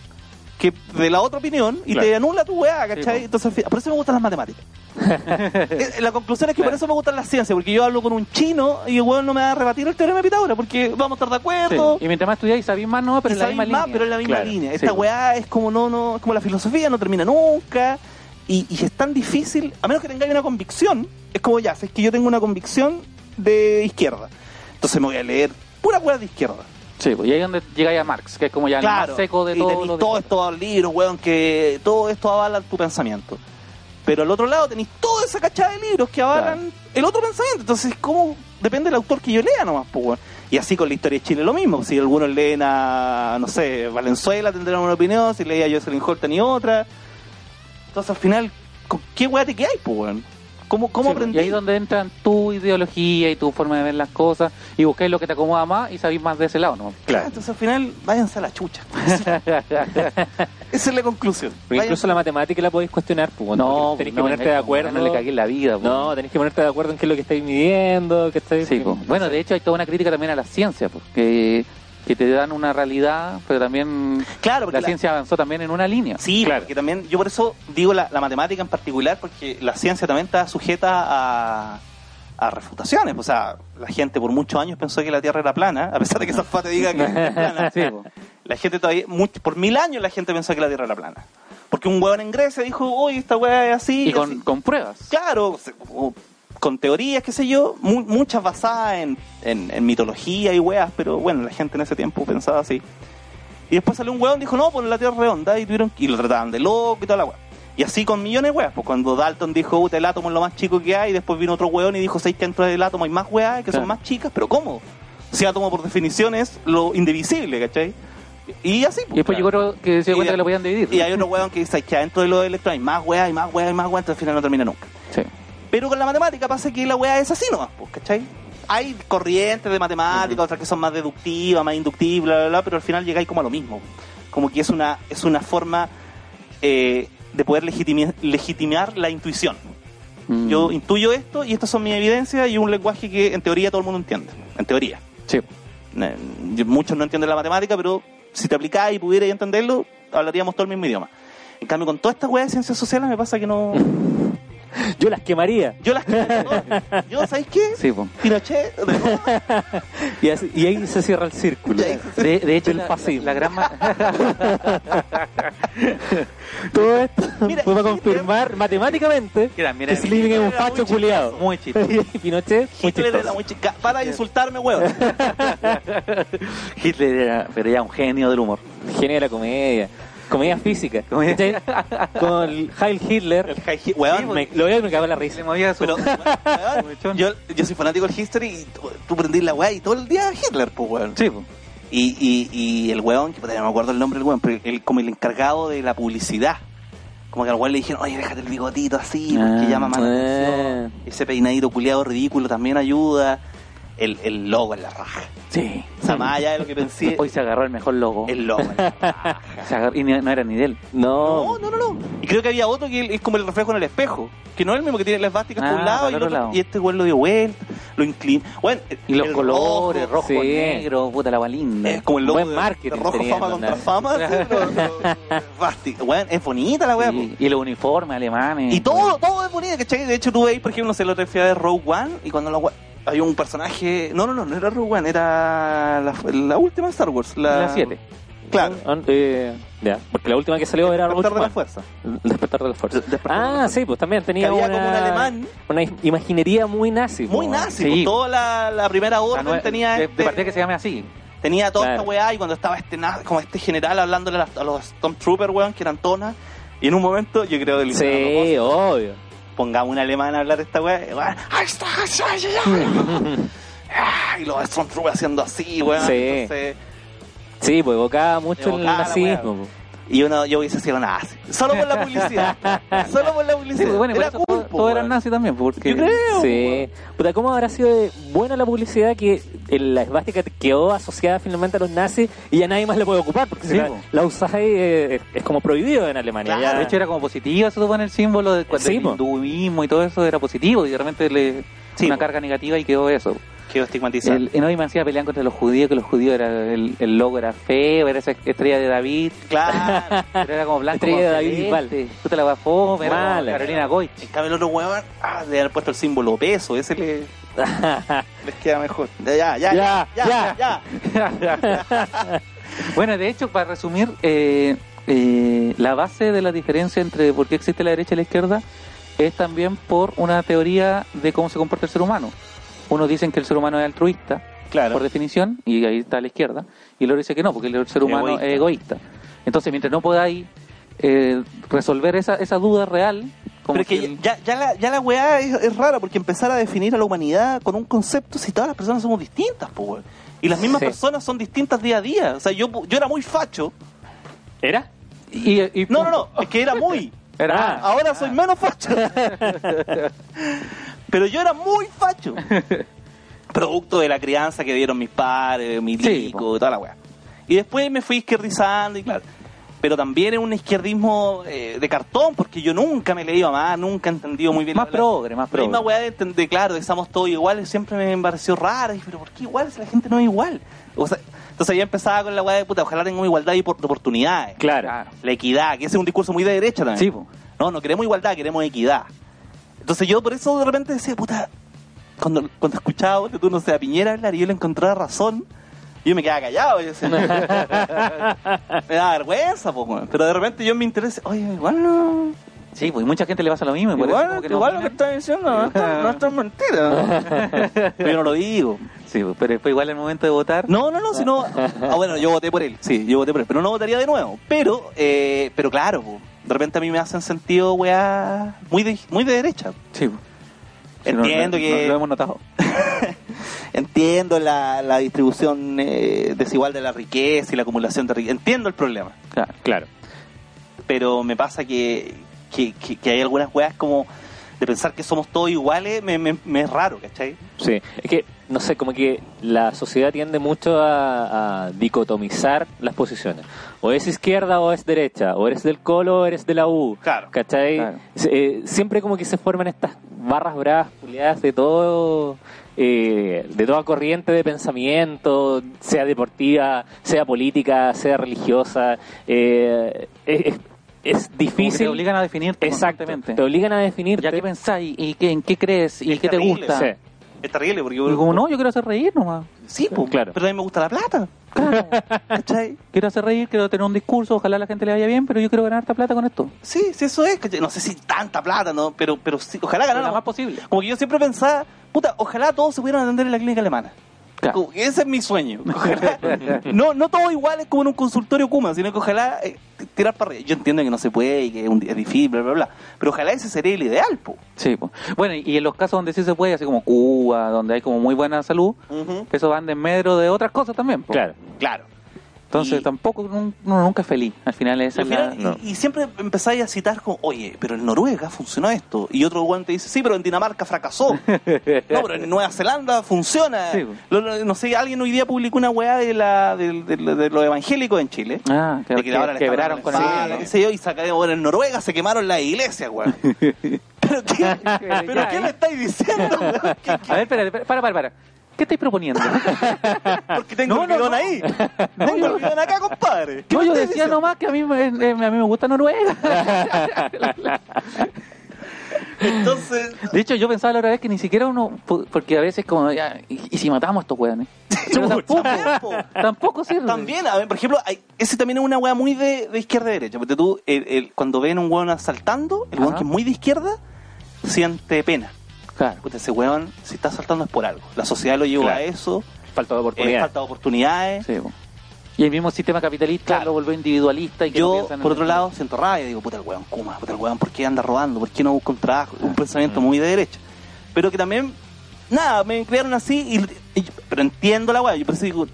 S2: que de la otra opinión y
S1: Claro.
S2: te anula tu hueá, ¿cachai?
S3: po.
S2: Entonces, al fin- por eso me gustan las matemáticas. Eh, la conclusión es que por
S3: Claro.
S2: eso me gustan las ciencias, porque yo hablo con un chino y el hueón no me va a rebatir el teorema de Pitágoras, porque vamos a estar de acuerdo.
S3: forma. Sí. Y mientras más estudiáis sabéis más, no, pero
S2: Y
S3: en la
S2: sabéis
S3: misma
S2: más,
S3: línea.
S2: pero en la misma
S1: Claro,
S2: línea.
S3: sí,
S2: Esta
S3: po.
S2: weá es como no, no, es como la filosofía, no termina nunca. Y, y es tan difícil, a menos que tengáis una convicción, es como ya, si es que yo tengo una convicción de izquierda. Entonces me voy a leer pura weá de izquierda.
S3: Sí, pues, y ahí es donde llegáis a Marx, que es como ya el
S2: claro.
S3: más seco de
S2: y
S3: todos
S2: tenéis
S3: los
S2: todos
S3: de-
S2: estos libros, weón, que todo esto avala tu pensamiento. Pero al otro lado tenéis toda esa cachada de libros que avalan el otro pensamiento. Entonces, ¿cómo? Depende del autor que yo lea nomás, pues, weón. Y así con la historia de Chile lo mismo. Si algunos leen a, no sé, Valenzuela tendrán una opinión, si leía a Jocelyn Horton y otra. Entonces, al final, ¿con qué weá te quedáis, pues, weón? ¿Cómo, cómo
S3: Sí, pues,
S2: aprendí?
S3: y ahí es donde entran tu ideología y tu forma de ver las cosas y buscáis lo que te acomoda más y sabéis más de ese lado, ¿no?
S2: Claro, entonces al final, váyanse a la chucha. Esa es la conclusión.
S1: Porque incluso
S2: Váyanse-
S1: la matemática la podéis cuestionar, pues, cuando
S3: no,
S1: tenés que
S3: no,
S1: ponerte
S3: no,
S1: de acuerdo.
S3: No le cagué la vida. pues.
S1: No, tenés que ponerte de acuerdo en qué es lo que estáis midiendo, que estáis...
S3: Sí, pues. po. Bueno, de hecho hay toda una crítica también a la ciencia, porque que te dan una realidad, pero también
S2: Claro, porque
S3: la
S2: la-
S3: ciencia avanzó también en una línea.
S2: Sí,
S1: Claro.
S2: porque también, yo por eso digo la, la matemática en particular, porque la ciencia también está sujeta a, a refutaciones. O sea, la gente por muchos años pensó que la Tierra era plana, a pesar de que Zafate diga que es plana.
S3: Sí, po.
S2: La gente todavía, mucho- por mil años la gente pensó que la Tierra era plana. Porque un huevón en Grecia dijo, oye, esta hueá es así.
S3: y
S2: es así".
S3: con, con pruebas.
S2: Claro, se- o- con teorías, qué sé yo, mu- muchas basadas en, en- en mitología y weas, pero bueno, la gente en ese tiempo pensaba así. Y después salió un weón y dijo, no, pues la Tierra es redonda, y, tuvieron, y lo trataban de loco y toda la wea. Y así con millones de weas, pues cuando Dalton dijo, puta, el átomo es lo más chico que hay, y después vino otro weón y dijo, seis que dentro del átomo hay más weas que
S3: Claro.
S2: son más chicas, pero ¿cómo? Si átomo por definición es lo indivisible, ¿cachai? Y así.
S3: Y después
S2: yo
S3: llegó otro que se dio
S2: Y
S3: cuenta
S2: de-
S3: que lo podían dividir.
S2: Y hay otro weón que dice, es que adentro de los electrones hay más weas, y más weas, y más weas, entonces al final no termina nunca.
S3: Sí.
S2: Pero con la matemática pasa que la weá es así nomás, pues, ¿cachai? Hay corrientes de matemática, otras que son más deductivas, más inductivas, bla, bla, bla, pero al final llegáis como a lo mismo. Como que es una, es una forma eh, de poder legitimi- legitimar la intuición.
S3: Mm.
S2: Yo intuyo esto y estas son mis evidencias y un lenguaje que en teoría todo el mundo entiende. En teoría.
S3: Sí.
S2: Eh, yo- Muchos no entienden la matemática, pero si te aplicás y pudieras entenderlo, hablaríamos todo el mismo idioma. En cambio, con toda esta weá de ciencias sociales me pasa que no...
S1: Yo las quemaría.
S2: Yo las quiero todas. Yo, ¿sabéis qué?
S3: Sí, po.
S2: Pinochet, de nuevo.
S1: Y, así- y ahí se cierra el círculo.
S3: De, de hecho,
S1: Del
S3: la,
S1: fascismo.
S3: la gran ma-
S1: Todo esto
S2: Mira,
S1: fue para
S2: Hitler-
S1: confirmar matemáticamente
S3: Que también
S1: que
S3: era-
S1: Slim es un
S2: era muy
S1: facho
S2: chistoso.
S1: culiado.
S3: muy chistoso.
S1: Pinochet, muy
S2: Hitler era
S1: chistoso.
S2: muy chica. Para de insultarme, weón.
S3: Hitler era, pero era un genio del humor.
S1: Genio de la comedia. Comedia física.
S3: Comedia-
S1: ¿Cachai? Con el Heil Hitler.
S2: El high hi- weón,
S1: Me- lo veo y me cagaba la risa.
S3: Le movía su...
S2: pero,
S3: Muchón.
S2: weón, yo, yo soy fanático del history y tú, tú prendís la weá y todo el día Hitler, pues weón.
S3: Sí, po.
S2: Y, y, y el weón, que puta, no me acuerdo el nombre del weón, pero él como el encargado de la publicidad. Como que al weón le dijeron, oye, déjate el bigotito así, porque
S1: Ah,
S2: llama más la
S1: eh.
S2: atención. Ese peinadito culiado ridículo también ayuda. El, el logo en la raja.
S3: Sí.
S2: O sea, más allá de lo que pensé,
S3: Hoy se agarró el mejor logo.
S2: el logo en la raja.
S3: Se agarró- Y ni- no era ni de él.
S1: No.
S2: No, no, no, no. Y creo que había otro que es como el reflejo en el espejo. Que no es el mismo que tiene las esvásticas por
S3: Ah,
S2: un lado y,
S3: para
S2: el
S3: otro
S2: otro-
S3: lado.
S2: y este güey lo dio vuelta, lo inclinó. Bueno, el-
S3: Y los
S2: el
S3: colores,
S2: rojo,
S3: rojo,
S1: sí.
S3: negro, puta la balinda.
S2: Es como el logo
S1: Buen
S2: de-
S1: marketing
S2: de rojo
S1: sería,
S2: fama contra
S1: ¿no?
S2: fama. sí, pero- pero- esvástica. Bueno, es bonita la wea.
S3: Sí,
S2: po.
S3: Y los uniformes alemanes.
S2: Y todo, todo es bonito, ¿cachai? De hecho, tú veis, por ejemplo, no sé, la otra fui a ver Rogue One y cuando la wea- había un personaje. No, no, no, no era Rogue One, era la, la última de Star Wars. La
S3: Las 7.
S2: Claro.
S1: On- eh, ya, porque la última que salió era
S2: Despertar de la
S1: Rogue
S2: fuerza.
S1: One. Despertar de la Fuerza.
S2: Despertar de la
S1: Ah,
S2: Fuerza.
S1: sí, pues también
S2: Que
S1: tenía
S2: había
S1: una,
S2: como un alemán
S1: una im- imaginería muy nazi.
S2: Muy
S1: po.
S2: nazi,
S3: Sí.
S2: pues, toda la, la primera
S3: La
S2: orden
S3: nueva-
S2: tenía
S3: de, de
S2: este-
S3: partida que se llame así.
S2: tenía toda
S1: Claro.
S2: esta weá y cuando estaba este na- como este general hablándole a, las- a los Stormtroopers, weón, que eran tonas, y en un momento yo creo que le hicieron a
S1: Sí,
S2: propósito,
S1: obvio.
S2: pongamos un alemán a hablar de esta weá, y, weón, "Ahí está, ahí está, ahí está, ahí está". y los Stormtroopers haciendo así, weón.
S1: Sí.
S2: Entonces,
S1: Sí, pues evocaba mucho
S2: Evocaba
S1: el
S2: la pues.
S1: nazismo. po.
S2: y uno, yo hubiese sido nazi. Solo por la publicidad. solo por la
S3: Sí,
S2: publicidad.
S3: pues bueno, y por
S2: Era
S3: eso
S2: cool,
S3: todo-
S2: po,
S3: todo eran
S2: weón.
S3: nazi también. pues, Porque...
S2: Yo creo.
S1: Sí. Puta, ¿cómo habrá sido de buena la publicidad que el- la esvástica quedó asociada finalmente a los nazis y ya nadie más la puede ocupar? Porque si
S3: Sí,
S1: la,
S3: po.
S1: la usáis eh, es, es como prohibido en Alemania.
S2: Claro,
S1: ya.
S3: De hecho era como positivo, se supone el símbolo de,
S1: Sí,
S3: del
S1: po.
S3: hinduismo y todo eso era positivo y de repente le
S2: Sí,
S3: una
S2: po.
S3: carga negativa y quedó eso.
S2: Quiero estigmatizar.
S3: El, en hoy me hacía pelear contra los judíos, que los judíos era el, el logo era feo, era esa estrella de David,
S2: Claro.
S3: pero era como blanco.
S1: Estrella de
S3: con
S1: David
S3: celeste. Puta la guafó, era como
S1: Mala.
S3: Carolina Goich.
S2: En cambio, el otro huevón, ah, de haber puesto el símbolo peso, ese le, les queda mejor. Ya, ya, ya,
S1: Ya,
S2: ya, ya.
S1: ya.
S3: bueno, de hecho, para resumir, eh, eh, la base de la diferencia entre por qué existe la derecha y la izquierda es también por una teoría de cómo se comporta el ser humano. Unos dicen que el ser humano es altruista,
S2: Claro.
S3: por definición, y ahí está la izquierda, y luego dice que no, porque el ser humano
S2: Egoísta.
S3: es egoísta. Entonces, mientras no podáis eh, resolver esa, esa duda real, como
S2: Pero es que
S3: si el-
S2: ya, ya la, ya la weá es, es rara, porque empezar a definir a la humanidad con un concepto si todas las personas somos distintas, pues, weón. Y las mismas
S1: Sí.
S2: personas son distintas día a día. O sea, yo, yo era muy facho.
S1: ¿Era?
S3: y- y-
S2: No, no, no, es que era muy.
S3: Era-
S1: Ah.
S2: Ahora soy menos facho. Pero yo era muy facho. Producto de la crianza que dieron mis padres, mi
S3: Sí,
S2: lico, toda la weá. Y después me fui izquierdizando y claro. Pero también es un izquierdismo eh, de cartón, porque yo nunca me he leído a más, nunca he entendido muy bien.
S3: Más
S2: la- la-
S3: progre, más
S2: la misma
S3: progre.
S2: weá de, de, claro, de que somos todos iguales, siempre me pareció raro. Dije, pero ¿por qué igual si la gente no es igual? O sea, entonces yo empezaba con la weá de puta, ojalá tengamos igualdad y por- de oportunidades.
S1: Claro.
S3: Claro.
S2: La equidad, que ese es un discurso muy de derecha también.
S3: Sí, po.
S2: No, no queremos igualdad, queremos equidad. Entonces yo por eso de repente decía, puta, cuando, cuando escuchaba, ponte tú no sé, a Piñera hablar y yo le encontraba razón, yo me quedaba callado. Yo decía, me da vergüenza, po, weón. pero de repente yo me interesa, oye, igual no.
S3: Sí, pues y mucha gente le pasa lo mismo. y por eso
S2: Igual,
S3: como que no
S2: igual lo que
S3: opinan.
S2: estás diciendo no es tan- no es tan mentira. Pero yo no lo digo.
S3: Sí, pues, pero después igual el momento de votar.
S2: No, no, no, sino. Ah, bueno, yo voté por él, sí, yo voté por él, pero no votaría de nuevo. Pero, eh, pero claro, po, de repente a mí me hacen sentido, weá, muy de, muy de derecha.
S3: Sí, pues. Sí, no,
S2: Entiendo
S3: no,
S2: que.
S3: no lo hemos notado.
S2: Entiendo la, la distribución eh, desigual de la riqueza y la acumulación de riqueza. Entiendo el problema.
S3: Claro.
S1: Claro.
S2: Pero me pasa que, que, que- que hay algunas weas como. De pensar que somos todos iguales me, me- me es raro, ¿cachai?
S1: Sí, es que, no sé, como que la sociedad tiende mucho a, a dicotomizar las posiciones. O es izquierda o es derecha, o eres del colo o eres de la U.
S2: Claro.
S1: ¿Cachai?
S3: Claro.
S1: Se- eh, siempre como que se forman estas barras bravas, culiadas de todo, eh, de toda corriente de pensamiento, sea deportiva, sea política, sea religiosa. eh, es, es- es
S3: Como que
S1: difícil.
S3: Te obligan a definirte
S1: Exacto,
S3: constantemente.
S1: te obligan a definirte.
S3: Ya qué pensáis y qué, en qué crees y
S2: Es
S3: qué te
S2: terrible,
S3: gusta.
S1: Sí.
S2: Es terrible porque.
S3: Y como no, yo quiero hacer reír nomás.
S2: Sí, po,
S1: Claro.
S2: Pero a mí me gusta la plata,
S3: Claro.
S2: ¿cachai?
S3: quiero hacer reír, quiero tener un discurso, ojalá a la gente le vaya bien, pero yo quiero ganar harta plata con esto.
S2: Sí, sí, eso es. ¿cachai? No sé si tanta plata, ¿no? Pero, pero sí, ojalá
S3: Lo
S2: ganáramos.
S3: más posible.
S2: Como que yo siempre pensaba, puta, ojalá todos se pudieran atender en la clínica alemana.
S3: Claro.
S2: Como que ese es mi sueño. Ojalá- no, no todos iguales como en un consultorio Kuma, sino que ojalá eh, tirar para arriba. Yo entiendo que no se puede y que es un- es difícil, bla, bla, bla. Pero ojalá ese sería el ideal, po.
S3: Sí, po. bueno, y en los casos donde sí se puede, así como Cuba, donde hay como muy buena salud,
S2: Ujú.
S3: eso van de medro de otras cosas también. po.
S1: Claro.
S2: Claro.
S3: Entonces
S2: Y-
S3: tampoco, nun- uno nunca es feliz. Al final
S2: Y,
S3: esa
S2: al
S3: es
S2: final-
S3: la...
S1: no.
S2: y- y siempre empezáis a citar con, oye, pero en Noruega funcionó esto. Y otro guante dice, sí, pero en Dinamarca fracasó. no, pero en Nueva Zelanda funciona.
S3: Sí, po.
S2: Lo- lo- no sé, alguien hoy día publicó una weá de, la, del- del- de lo evangélico en Chile.
S3: Ah,
S2: De
S3: claro,
S2: que
S3: que-
S2: ahora le
S3: quebraron
S2: estaban
S3: con
S2: la
S3: el...
S2: espalda, qué sé yo, y saca- bueno, en Noruega se quemaron las iglesias, weón. ¿Pero qué, pero
S3: Ya,
S2: qué
S3: ¿eh?
S2: me estáis diciendo, weón? ¿Qué-
S3: A ver, espera, espera, para, para, para. ¿Qué estáis proponiendo?
S2: Porque tengo
S3: No,
S2: el
S3: no,
S2: bidón
S3: no.
S2: ahí. Tengo el bidón acá, compadre. ¿Qué
S3: No,
S2: me
S3: yo
S2: estáis
S3: decía
S2: diciendo?
S3: nomás que a mí, me- eh, a mí me gusta Noruega.
S2: Entonces,
S3: De hecho, yo pensaba la otra vez que ni siquiera uno, po- porque a veces como, ya, y, y si matamos a estos weones? Pero tampoco,
S2: también, po.
S3: tampoco sirve.
S2: También, a ver, por ejemplo, hay- ese también es una weá muy de, de izquierda y derecha. Porque tú, el- el- cuando ven un weón asaltando, el weón
S3: Ajá.
S2: que es muy de izquierda, siente pena.
S3: Claro.
S2: Puta, ese weón, si está asaltando es por algo. La sociedad lo llevó
S1: Claro.
S2: a eso,
S1: Falta de
S2: eh,
S1: oportunidad.
S2: falta de oportunidades.
S3: Sí, po. y el mismo sistema capitalista
S2: Claro.
S3: lo volvió individualista. Y que no
S2: Yo,
S3: piensan en
S2: por otro
S3: el-
S2: lado, siento rabia. Digo, puta el weón, Kuma, puta el weón, ¿por qué anda robando? ¿Por qué no busca un trabajo?
S3: Ah,
S2: Un pensamiento
S3: mm.
S2: muy de derecha. Pero que también, nada, me crearon así, y, y- pero entiendo la weá. Yo por eso digo,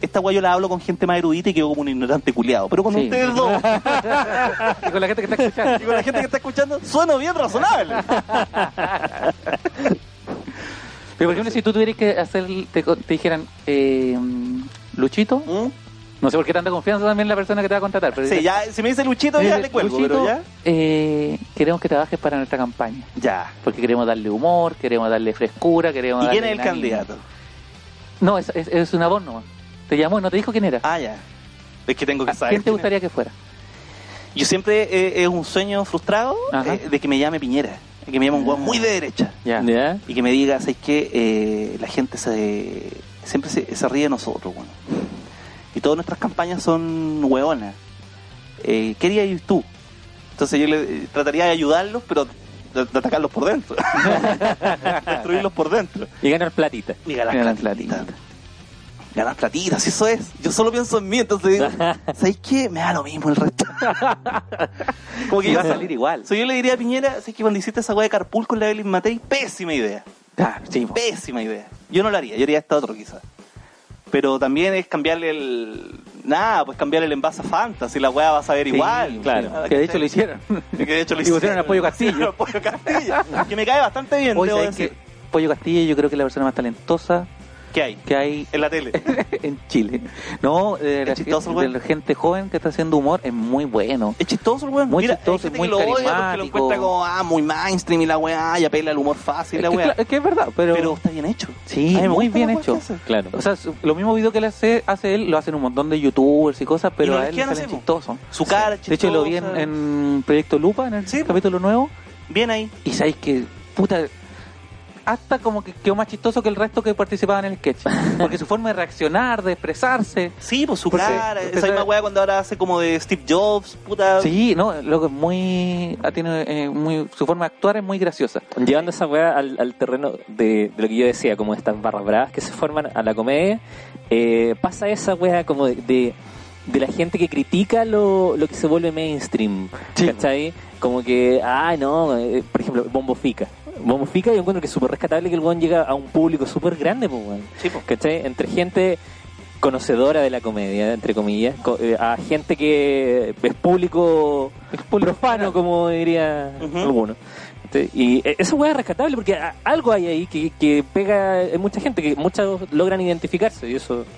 S2: esta weá yo la hablo con gente más erudita y quedo como un ignorante culiado. Pero con
S3: Sí.
S2: ustedes dos,
S3: Y con la gente que está
S2: y
S3: escuchando.
S2: con la gente que está escuchando, sueno bien razonable.
S3: Pero, por ejemplo, si tú tuvieras que hacer, te, te dijeran, eh, Luchito,
S2: ¿Mm?
S3: no sé por qué tanta confianza también en la persona que te va a contratar. Pero
S2: Sí, ya, si me dice Luchito, ya le cuelgo, pero ya.
S3: eh, queremos que trabajes para nuestra campaña.
S2: Ya.
S3: Porque queremos darle humor, queremos darle frescura, queremos
S2: ¿Y
S3: darle
S2: quién es el
S3: ánimo.
S2: candidato?
S3: No, es, es, es una voz nomás. Te llamó y no te dijo quién era.
S2: Ah, ya. Es que tengo que saber.
S3: ¿Quién te
S2: es.
S3: gustaría que fuera?
S2: Yo siempre eh, es un sueño frustrado
S3: Ajá.
S2: eh, de que me llame Piñera, de que me llame un weón muy de derecha.
S3: Ya.
S1: ¿Ya?
S2: y que me diga, ¿sabes qué? Eh, la gente se, siempre se, se ríe de nosotros, bueno. Y todas nuestras campañas son hueonas. Eh, ¿Qué harías tú? Entonces yo le, eh, trataría de ayudarlos, pero de, de atacarlos por dentro. Destruirlos por dentro.
S1: Y ganar platita.
S2: Y ganar
S3: Ganar
S2: platitas.
S3: platita.
S2: Ganar platitas, si eso es. Yo solo pienso en mí, entonces digo, ¿sabes qué? Me da lo mismo el resto. Como que
S3: Y
S2: yo
S3: va a salir igual.
S2: So, yo le diría a Piñera, ¿sabes que cuando hiciste esa hueá de Carpool con la Evelyn Matei? Pésima idea.
S3: Ah, sí, po.
S2: Pésima idea. Yo no la haría, yo haría esta otra quizás. Pero también es cambiarle el. Nada, pues cambiarle el envase a Fanta, si la weá va a saber
S3: Sí,
S2: igual.
S1: claro.
S2: Ah,
S3: Que de hecho
S2: ¿cachai?
S3: lo hicieron.
S2: Que de hecho lo
S3: Y pusieron
S2: hicieron.
S3: a Pollo
S2: Pusieron
S3: Castillo.
S2: a Pollo Castillo. que me cae bastante bien,
S3: Hoy
S2: debo
S3: sabéis
S2: decir.
S3: que Pollo Castillo yo creo que es la persona más talentosa
S2: ¿Qué hay?
S3: que hay
S2: En la tele.
S3: en Chile. No, de la,
S2: chistoso,
S3: gente,
S2: güey.
S3: de la gente joven que está haciendo humor es muy bueno.
S2: Es chistoso el weón.
S3: Muy
S2: Mira, hay
S3: chistoso,
S2: gente
S3: muy
S2: que lo odia porque lo
S3: carismático.
S2: encuentra como, ah, muy mainstream y la weá, y apela al humor fácil,
S3: Es
S2: la
S3: que,
S2: weá.
S3: cla- es que es verdad, pero,
S2: Pero está bien hecho.
S3: sí,
S2: A mí me
S3: muy
S2: gusta
S3: bien
S2: la weá
S3: hecho.
S2: que hace.
S1: Claro.
S3: O sea, su- lo mismo video que le hace, hace él lo hacen un montón de youtubers y cosas, pero
S2: Y no
S3: a
S2: les
S3: él
S2: quedan
S3: le salen
S2: así, po.
S3: chistosos.
S2: Su cara
S3: De hecho, lo vi en,
S2: chistosa.
S3: en Proyecto Lupa, en el
S2: Sí, po.
S3: capítulo nuevo,
S2: Bien ahí.
S3: y sabéis que, puta, hasta como que quedó más chistoso que el resto que participaba en el sketch. Porque su forma de reaccionar, de expresarse.
S2: Sí, pues su
S3: Porque-
S2: cara,
S3: porque
S2: esa misma
S3: sabe-
S2: weá cuando ahora hace como de Steve Jobs, puta.
S3: Sí, no, loco, es muy, ah, tiene, eh, muy. Su forma de actuar es muy graciosa.
S1: Llevando esa weá al, al terreno de, de lo que yo decía, como estas barras bravas que se forman a la comedia, eh, pasa esa weá como de, de, de la gente que critica lo, lo que se vuelve mainstream.
S3: Sí.
S1: ¿Cachai? Como que, ah, no, eh, por ejemplo, Bombo Fica. Bombo Fica yo encuentro que es súper rescatable que el weón llega a un público súper grande, pues, weón.
S2: Sí, pues.
S1: ¿cachai? Entre gente conocedora de la comedia, entre comillas, co- eh, a gente que es público, profano, como diría
S2: Ujú.
S1: alguno. ¿Cachai? Y eh, esa weá es rescatable porque a- algo hay ahí que, que pega en mucha gente, que muchos logran identificarse y eso es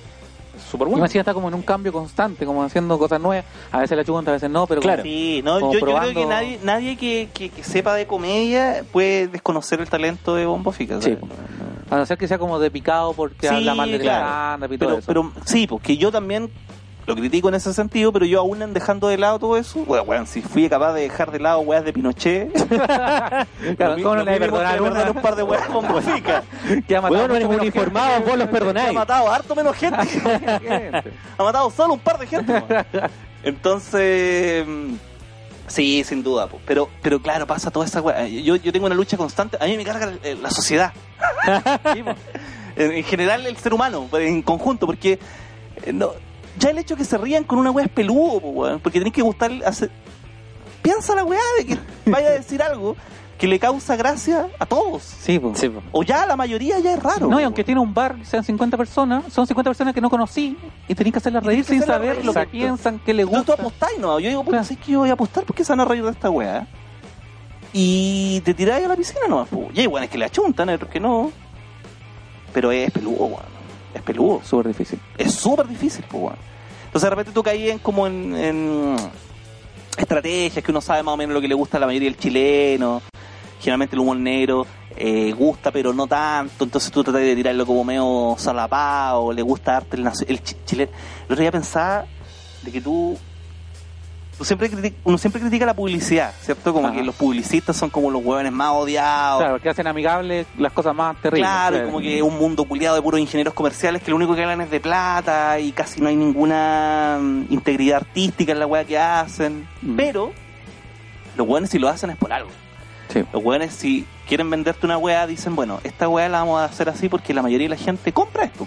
S1: súper
S3: Y
S1: bueno.
S3: más está como en un cambio constante, como haciendo cosas nuevas. A veces la chupan, a veces no, pero como-
S1: Claro.
S2: Sí, no,
S3: Como
S2: yo, yo creo
S3: probando-
S2: que nadie, nadie que, que- que sepa de comedia puede desconocer el talento de Bombo Fica.
S3: Sí, pues,
S2: ¿sabes?
S3: po. a no ser que sea como de picado porque
S2: Sí,
S3: habla mal de
S2: claro.
S3: la stand y todo
S2: pero,
S3: eso.
S2: pero sí, porque yo también lo critico en ese sentido, pero yo aún en dejando de lado todo eso, weón, weón, si fui capaz de dejar de lado weas de Pinochet,
S3: Claro,
S2: lo mi-
S3: ¿cómo no
S2: lo
S3: le hay
S2: mínimo es
S3: perdonar
S2: que le
S3: una?
S2: perdone un par de weas a Bombo Fica.
S3: Que ha matado
S1: Bueno, no eres
S3: mucho
S1: muy
S3: menos
S1: informado,
S3: gente.
S1: vos los
S2: Ha
S1: perdonáis.
S2: matado a harto menos gente. ha matado solo un par de gente. weón. Entonces, mm, sí, sin duda. po. Pero, pero claro, pasa toda esa weá. Yo, yo tengo una lucha constante. A mí me carga eh, la sociedad.
S3: Sí, po.
S2: pues, En, en general, el ser humano, pero en conjunto, porque eh, no, Ya el hecho de que se rían con una weá es peludo, po, weón, porque tenés que gustar. Hacer... Piensa la weá de que vaya a decir algo que le causa gracia a todos.
S3: Sí, po.
S1: Sí, po.
S2: O ya la mayoría ya es raro.
S3: No,
S2: po,
S3: y aunque
S2: weón.
S3: tiene un bar, sean 50 personas, son 50 personas que no conocí y tenés que hacerlas reír
S2: que
S3: sin
S2: hacerlas
S3: saber
S2: reír,
S3: lo que
S2: exacto.
S3: piensan, que les
S2: No,
S3: gusta.
S2: tú apostáis, no. Yo digo, puta,
S3: Claro.
S2: ¿sabes que yo voy a apostar porque se van a reír de esta weá? Y te tiráis a la piscina nomás, po. Y hay weones que le achuntan, otros que no. Pero es peludo, weón. Es peludo.
S3: Súper difícil.
S2: Es súper difícil, pues, weón. Entonces de repente tú caí en como en, en estrategias que uno sabe más o menos lo que le gusta a la mayoría del chileno. Generalmente el humor negro eh, gusta, pero no tanto. Entonces tú tratas de tirarlo como medio salapado, le gusta arte el, nacio- el chi- chileno. El otro día pensaba de que tú... tú siempre criti- uno siempre critica la publicidad, ¿cierto? Como
S3: Ajá.
S2: que los publicistas son como los hueones más odiados.
S3: Claro, porque hacen amigables las cosas más terribles.
S2: Claro, y como que es un mundo culiado de puros ingenieros comerciales que lo único que hablan es de plata y casi no hay ninguna mm, integridad artística en la weá que hacen.
S3: Mm.
S2: Pero los weones si lo hacen es por algo.
S3: Sí.
S2: Los weones si quieren venderte una weá dicen, bueno, esta weá la vamos a hacer así porque la mayoría de la gente compra esto.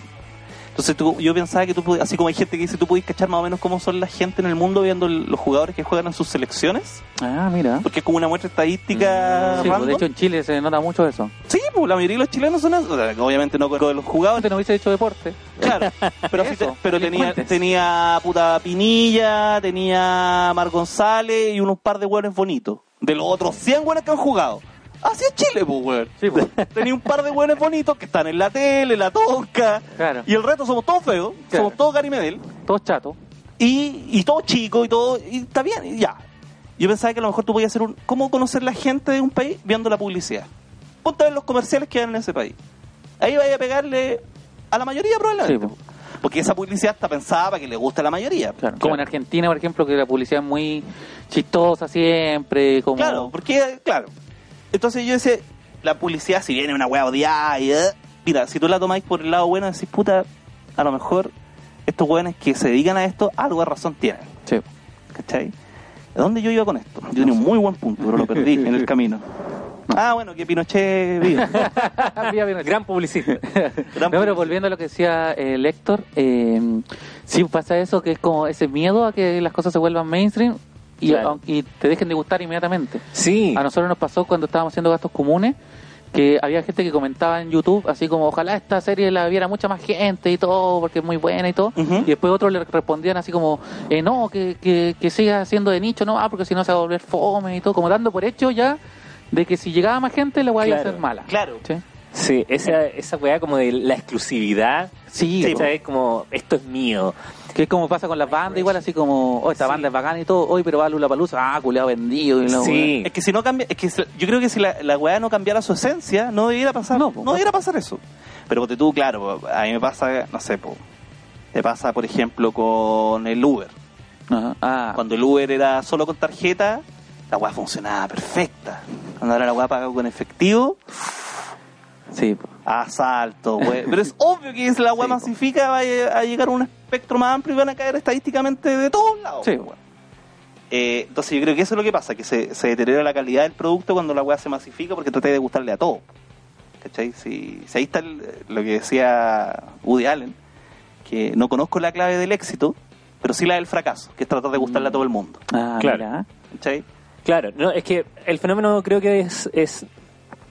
S2: Entonces tú- yo pensaba que tú, pod- así como hay gente que dice, tú puedes cachar más o menos cómo son la gente en el mundo viendo el- los jugadores que juegan en sus selecciones,
S3: Ah, mira.
S2: porque es como una muestra estadística.
S3: Sí, pues,
S2: random.
S3: de hecho en Chile se nota mucho eso.
S2: Sí, pues la mayoría de los chilenos son eso. O sea, Obviamente no con los jugadores.
S3: Antes no hubiese hecho deporte.
S2: Claro, pero, sí te-
S3: Eso,
S2: pero tenía,
S3: delincuentes.
S2: tenía puta Pinilla, tenía Mar González y unos par de hueones bonitos. De los otros 100 hueones que han jugado. Así es Chile, pues, hueón.
S3: Sí, pues.
S2: Tenía un par de hueones bonitos que están en la tele, en la tonca.
S3: Claro.
S2: Y el resto somos todos feos,
S3: Claro.
S2: somos todos Garimedel.
S3: Todos chatos.
S2: Y, y todo chico y todo. Y está bien, y ya. Yo pensaba que a lo mejor tú podías hacer un. ¿Cómo conocer la gente de un país viendo la publicidad? Ponte a ver los comerciales que dan en ese país. Ahí vaya a pegarle a la mayoría
S3: Sí,
S2: probablemente.
S3: pues.
S2: Porque esa publicidad está pensada para que le guste a la mayoría.
S3: Claro. Como en Argentina, por ejemplo, que la publicidad es muy chistosa siempre. Como...
S2: Claro, porque, claro. Entonces yo decía, la publicidad, si viene una wea odiada, y, eh, mira, si tú la tomáis por el lado bueno, decís, puta, a lo mejor estos weones que se dedican a esto, algo de razón tienen.
S3: Sí.
S2: ¿Cachai? ¿A dónde yo iba con esto? Yo tenía un muy buen punto, pero lo perdí en el camino. Ah, bueno, que Pinochet vive.
S3: Mira, mira,
S1: Gran publicista.
S3: No, pero volviendo a lo que decía el Héctor, eh, sí pasa eso, que es como ese miedo a que las cosas se vuelvan mainstream y,
S1: Claro.
S3: aun- y te dejen de gustar inmediatamente.
S1: Sí.
S3: A nosotros nos pasó cuando estábamos haciendo gastos comunes, que había gente que comentaba en YouTube, así como, ojalá esta serie la viera mucha más gente y todo, porque es muy buena y todo.
S2: Ujú.
S3: Y después otros le respondían así como, eh, no, que, que, que siga siendo de nicho, no, ah, porque si no se va a volver fome y todo, como dando por hecho ya de que si llegaba más gente la voy a
S1: Claro.
S3: hacer mala.
S2: Claro.
S3: Sí,
S1: Sí, esa, esa weá como de la exclusividad.
S3: Sí, po.
S1: ¿sabes? Como, esto es mío.
S3: Que es como pasa con las bandas, igual así como, oh, esta banda es bacana y todo, hoy pero va Lula Palusa, ah, culeado vendido. Y la
S1: Sí.
S2: Es que si no cambia, es que si- yo creo que si la, la weá no cambiara su esencia, no debiera pasar,
S3: No,
S2: no,
S3: po.
S2: debiera pasar eso. Pero ponte tú, claro, po, a mí me pasa, no sé, po, me pasa por ejemplo con el Uber.
S3: weá. Ajá. Ah,
S2: Cuando el Uber era solo con tarjeta, la weá funcionaba perfecta. Cuando ahora la weá paga con efectivo,
S3: sí. po.
S2: asalto, we- Pero es obvio que si la
S3: Sí,
S2: weá
S3: po.
S2: masifica va a, lle- a llegar a un espectro más amplio y van a caer estadísticamente de todos lados.
S3: Sí,
S2: po,
S3: po.
S2: Eh, entonces yo creo que eso es lo que pasa, que se, se deteriora la calidad del producto cuando la weá se masifica porque traté de gustarle a todo. ¿Cachai? Si, si ahí está el- lo que decía Woody Allen, que no conozco la clave del éxito, pero sí la del fracaso, que es tratar de gustarle a todo el mundo.
S3: Ah,
S1: Claro.
S3: mira.
S2: ¿Cachai?
S1: Claro, no, es que el fenómeno creo que es, es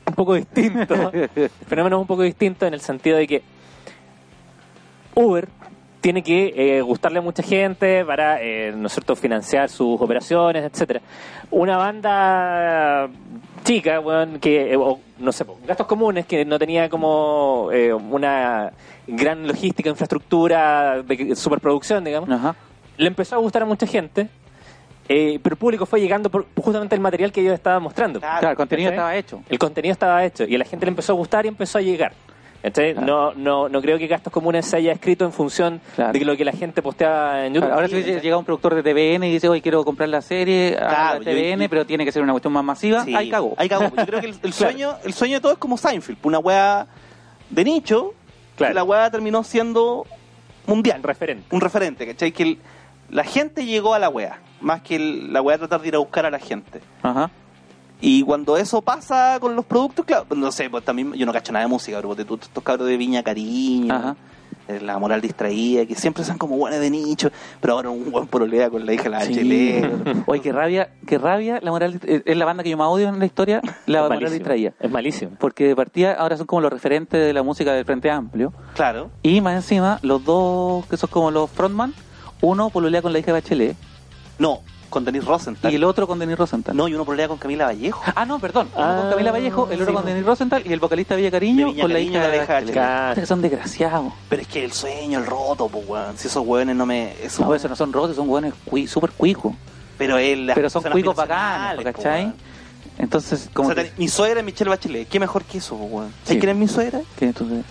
S1: un poco distinto. el fenómeno es un poco distinto en el sentido de que Uber tiene que eh, gustarle a mucha gente para, eh, ¿no es cierto?, financiar sus operaciones, etcétera. Una banda chica, weón, que, eh, o, no sé, po, gastos comunes, que no tenía como eh, una gran logística, infraestructura de superproducción, digamos
S3: Ajá.
S1: le empezó a gustar a mucha gente, eh, pero el público fue llegando por justamente el material que yo estaba mostrando.
S2: Claro.
S3: Claro, el contenido
S1: ¿Cachai?
S3: estaba hecho.
S1: El contenido estaba hecho y a la gente le empezó a gustar y empezó a llegar. Entonces, no, no, no creo que Gastos Comunes se haya escrito en función
S3: Claro.
S1: de lo que la gente posteaba en YouTube.
S3: Ahora si llega un productor de TVN y dice, hoy quiero comprar la serie, a
S2: Claro,
S3: la
S2: yo-
S3: TVN, pero tiene que ser una cuestión más masiva,
S2: Sí,
S3: ahí cagó.
S2: Ahí cagó. Yo creo que el, el sueño, el sueño de todo es como Seinfeld, una weá de nicho,
S1: Claro.
S2: que la weá terminó siendo mundial,
S1: Un referente.
S2: un referente, ¿cachai? Que el- la gente llegó a la weá, más que el- la weá tratar de ir a buscar a la gente.
S3: Ajá.
S2: Y cuando eso pasa con los productos, claro, no sé, pues también yo no cacho nada de música, pero ponte tú, estos cabros de Viña Cariño,
S3: Ajá.
S2: eh, la moral distraída, que siempre son como buenas de nicho, pero ahora un buen pololea con la hija de la
S1: Sí.
S2: HL.
S3: Oye, qué rabia, qué rabia la moral. dist- eh, Es la banda que yo más odio en la historia, la
S1: es
S3: moral
S1: malísimo.
S3: distraída.
S1: Es malísimo.
S3: Porque de partida ahora son como los referentes de la música del Frente Amplio.
S2: Claro.
S3: Y más encima, los dos que son como los frontman, uno pololea con la hija de Bachelet
S2: No, con Denis Rosenthal.
S3: y el otro con Denis Rosenthal.
S2: No, y uno pololea con Camila Vallejo.
S3: Ah, no, perdón. Uno
S1: Ah,
S3: con Camila Vallejo, el otro
S1: sí,
S3: con
S1: pues.
S3: Denis Rosenthal y el vocalista Villa Cariño
S2: De Viña
S3: con
S2: Cariño,
S3: la hija de
S2: la hija de
S3: Bachelet.
S1: Bachelet.
S3: Puta que son desgraciados.
S2: Pero es que el sueño, el roto, pues, weón. Si esos weones no me. esos
S3: No, pues, eso no son rotos, son hueones cui- súper cuicos.
S2: Pero él. las
S3: Pero son
S2: personas
S3: cuicos
S2: aspiracionales,
S3: bacanos,
S2: po,
S3: ¿cachai?
S2: weón.
S3: Entonces,
S2: O
S3: como
S2: sea,
S3: que-
S2: ten- mi suegra es Michelle Bachelet. ¿Qué mejor que eso, po, weón? ¿Sabes
S3: Sí.
S2: quién es mi suegra?
S3: que entonces-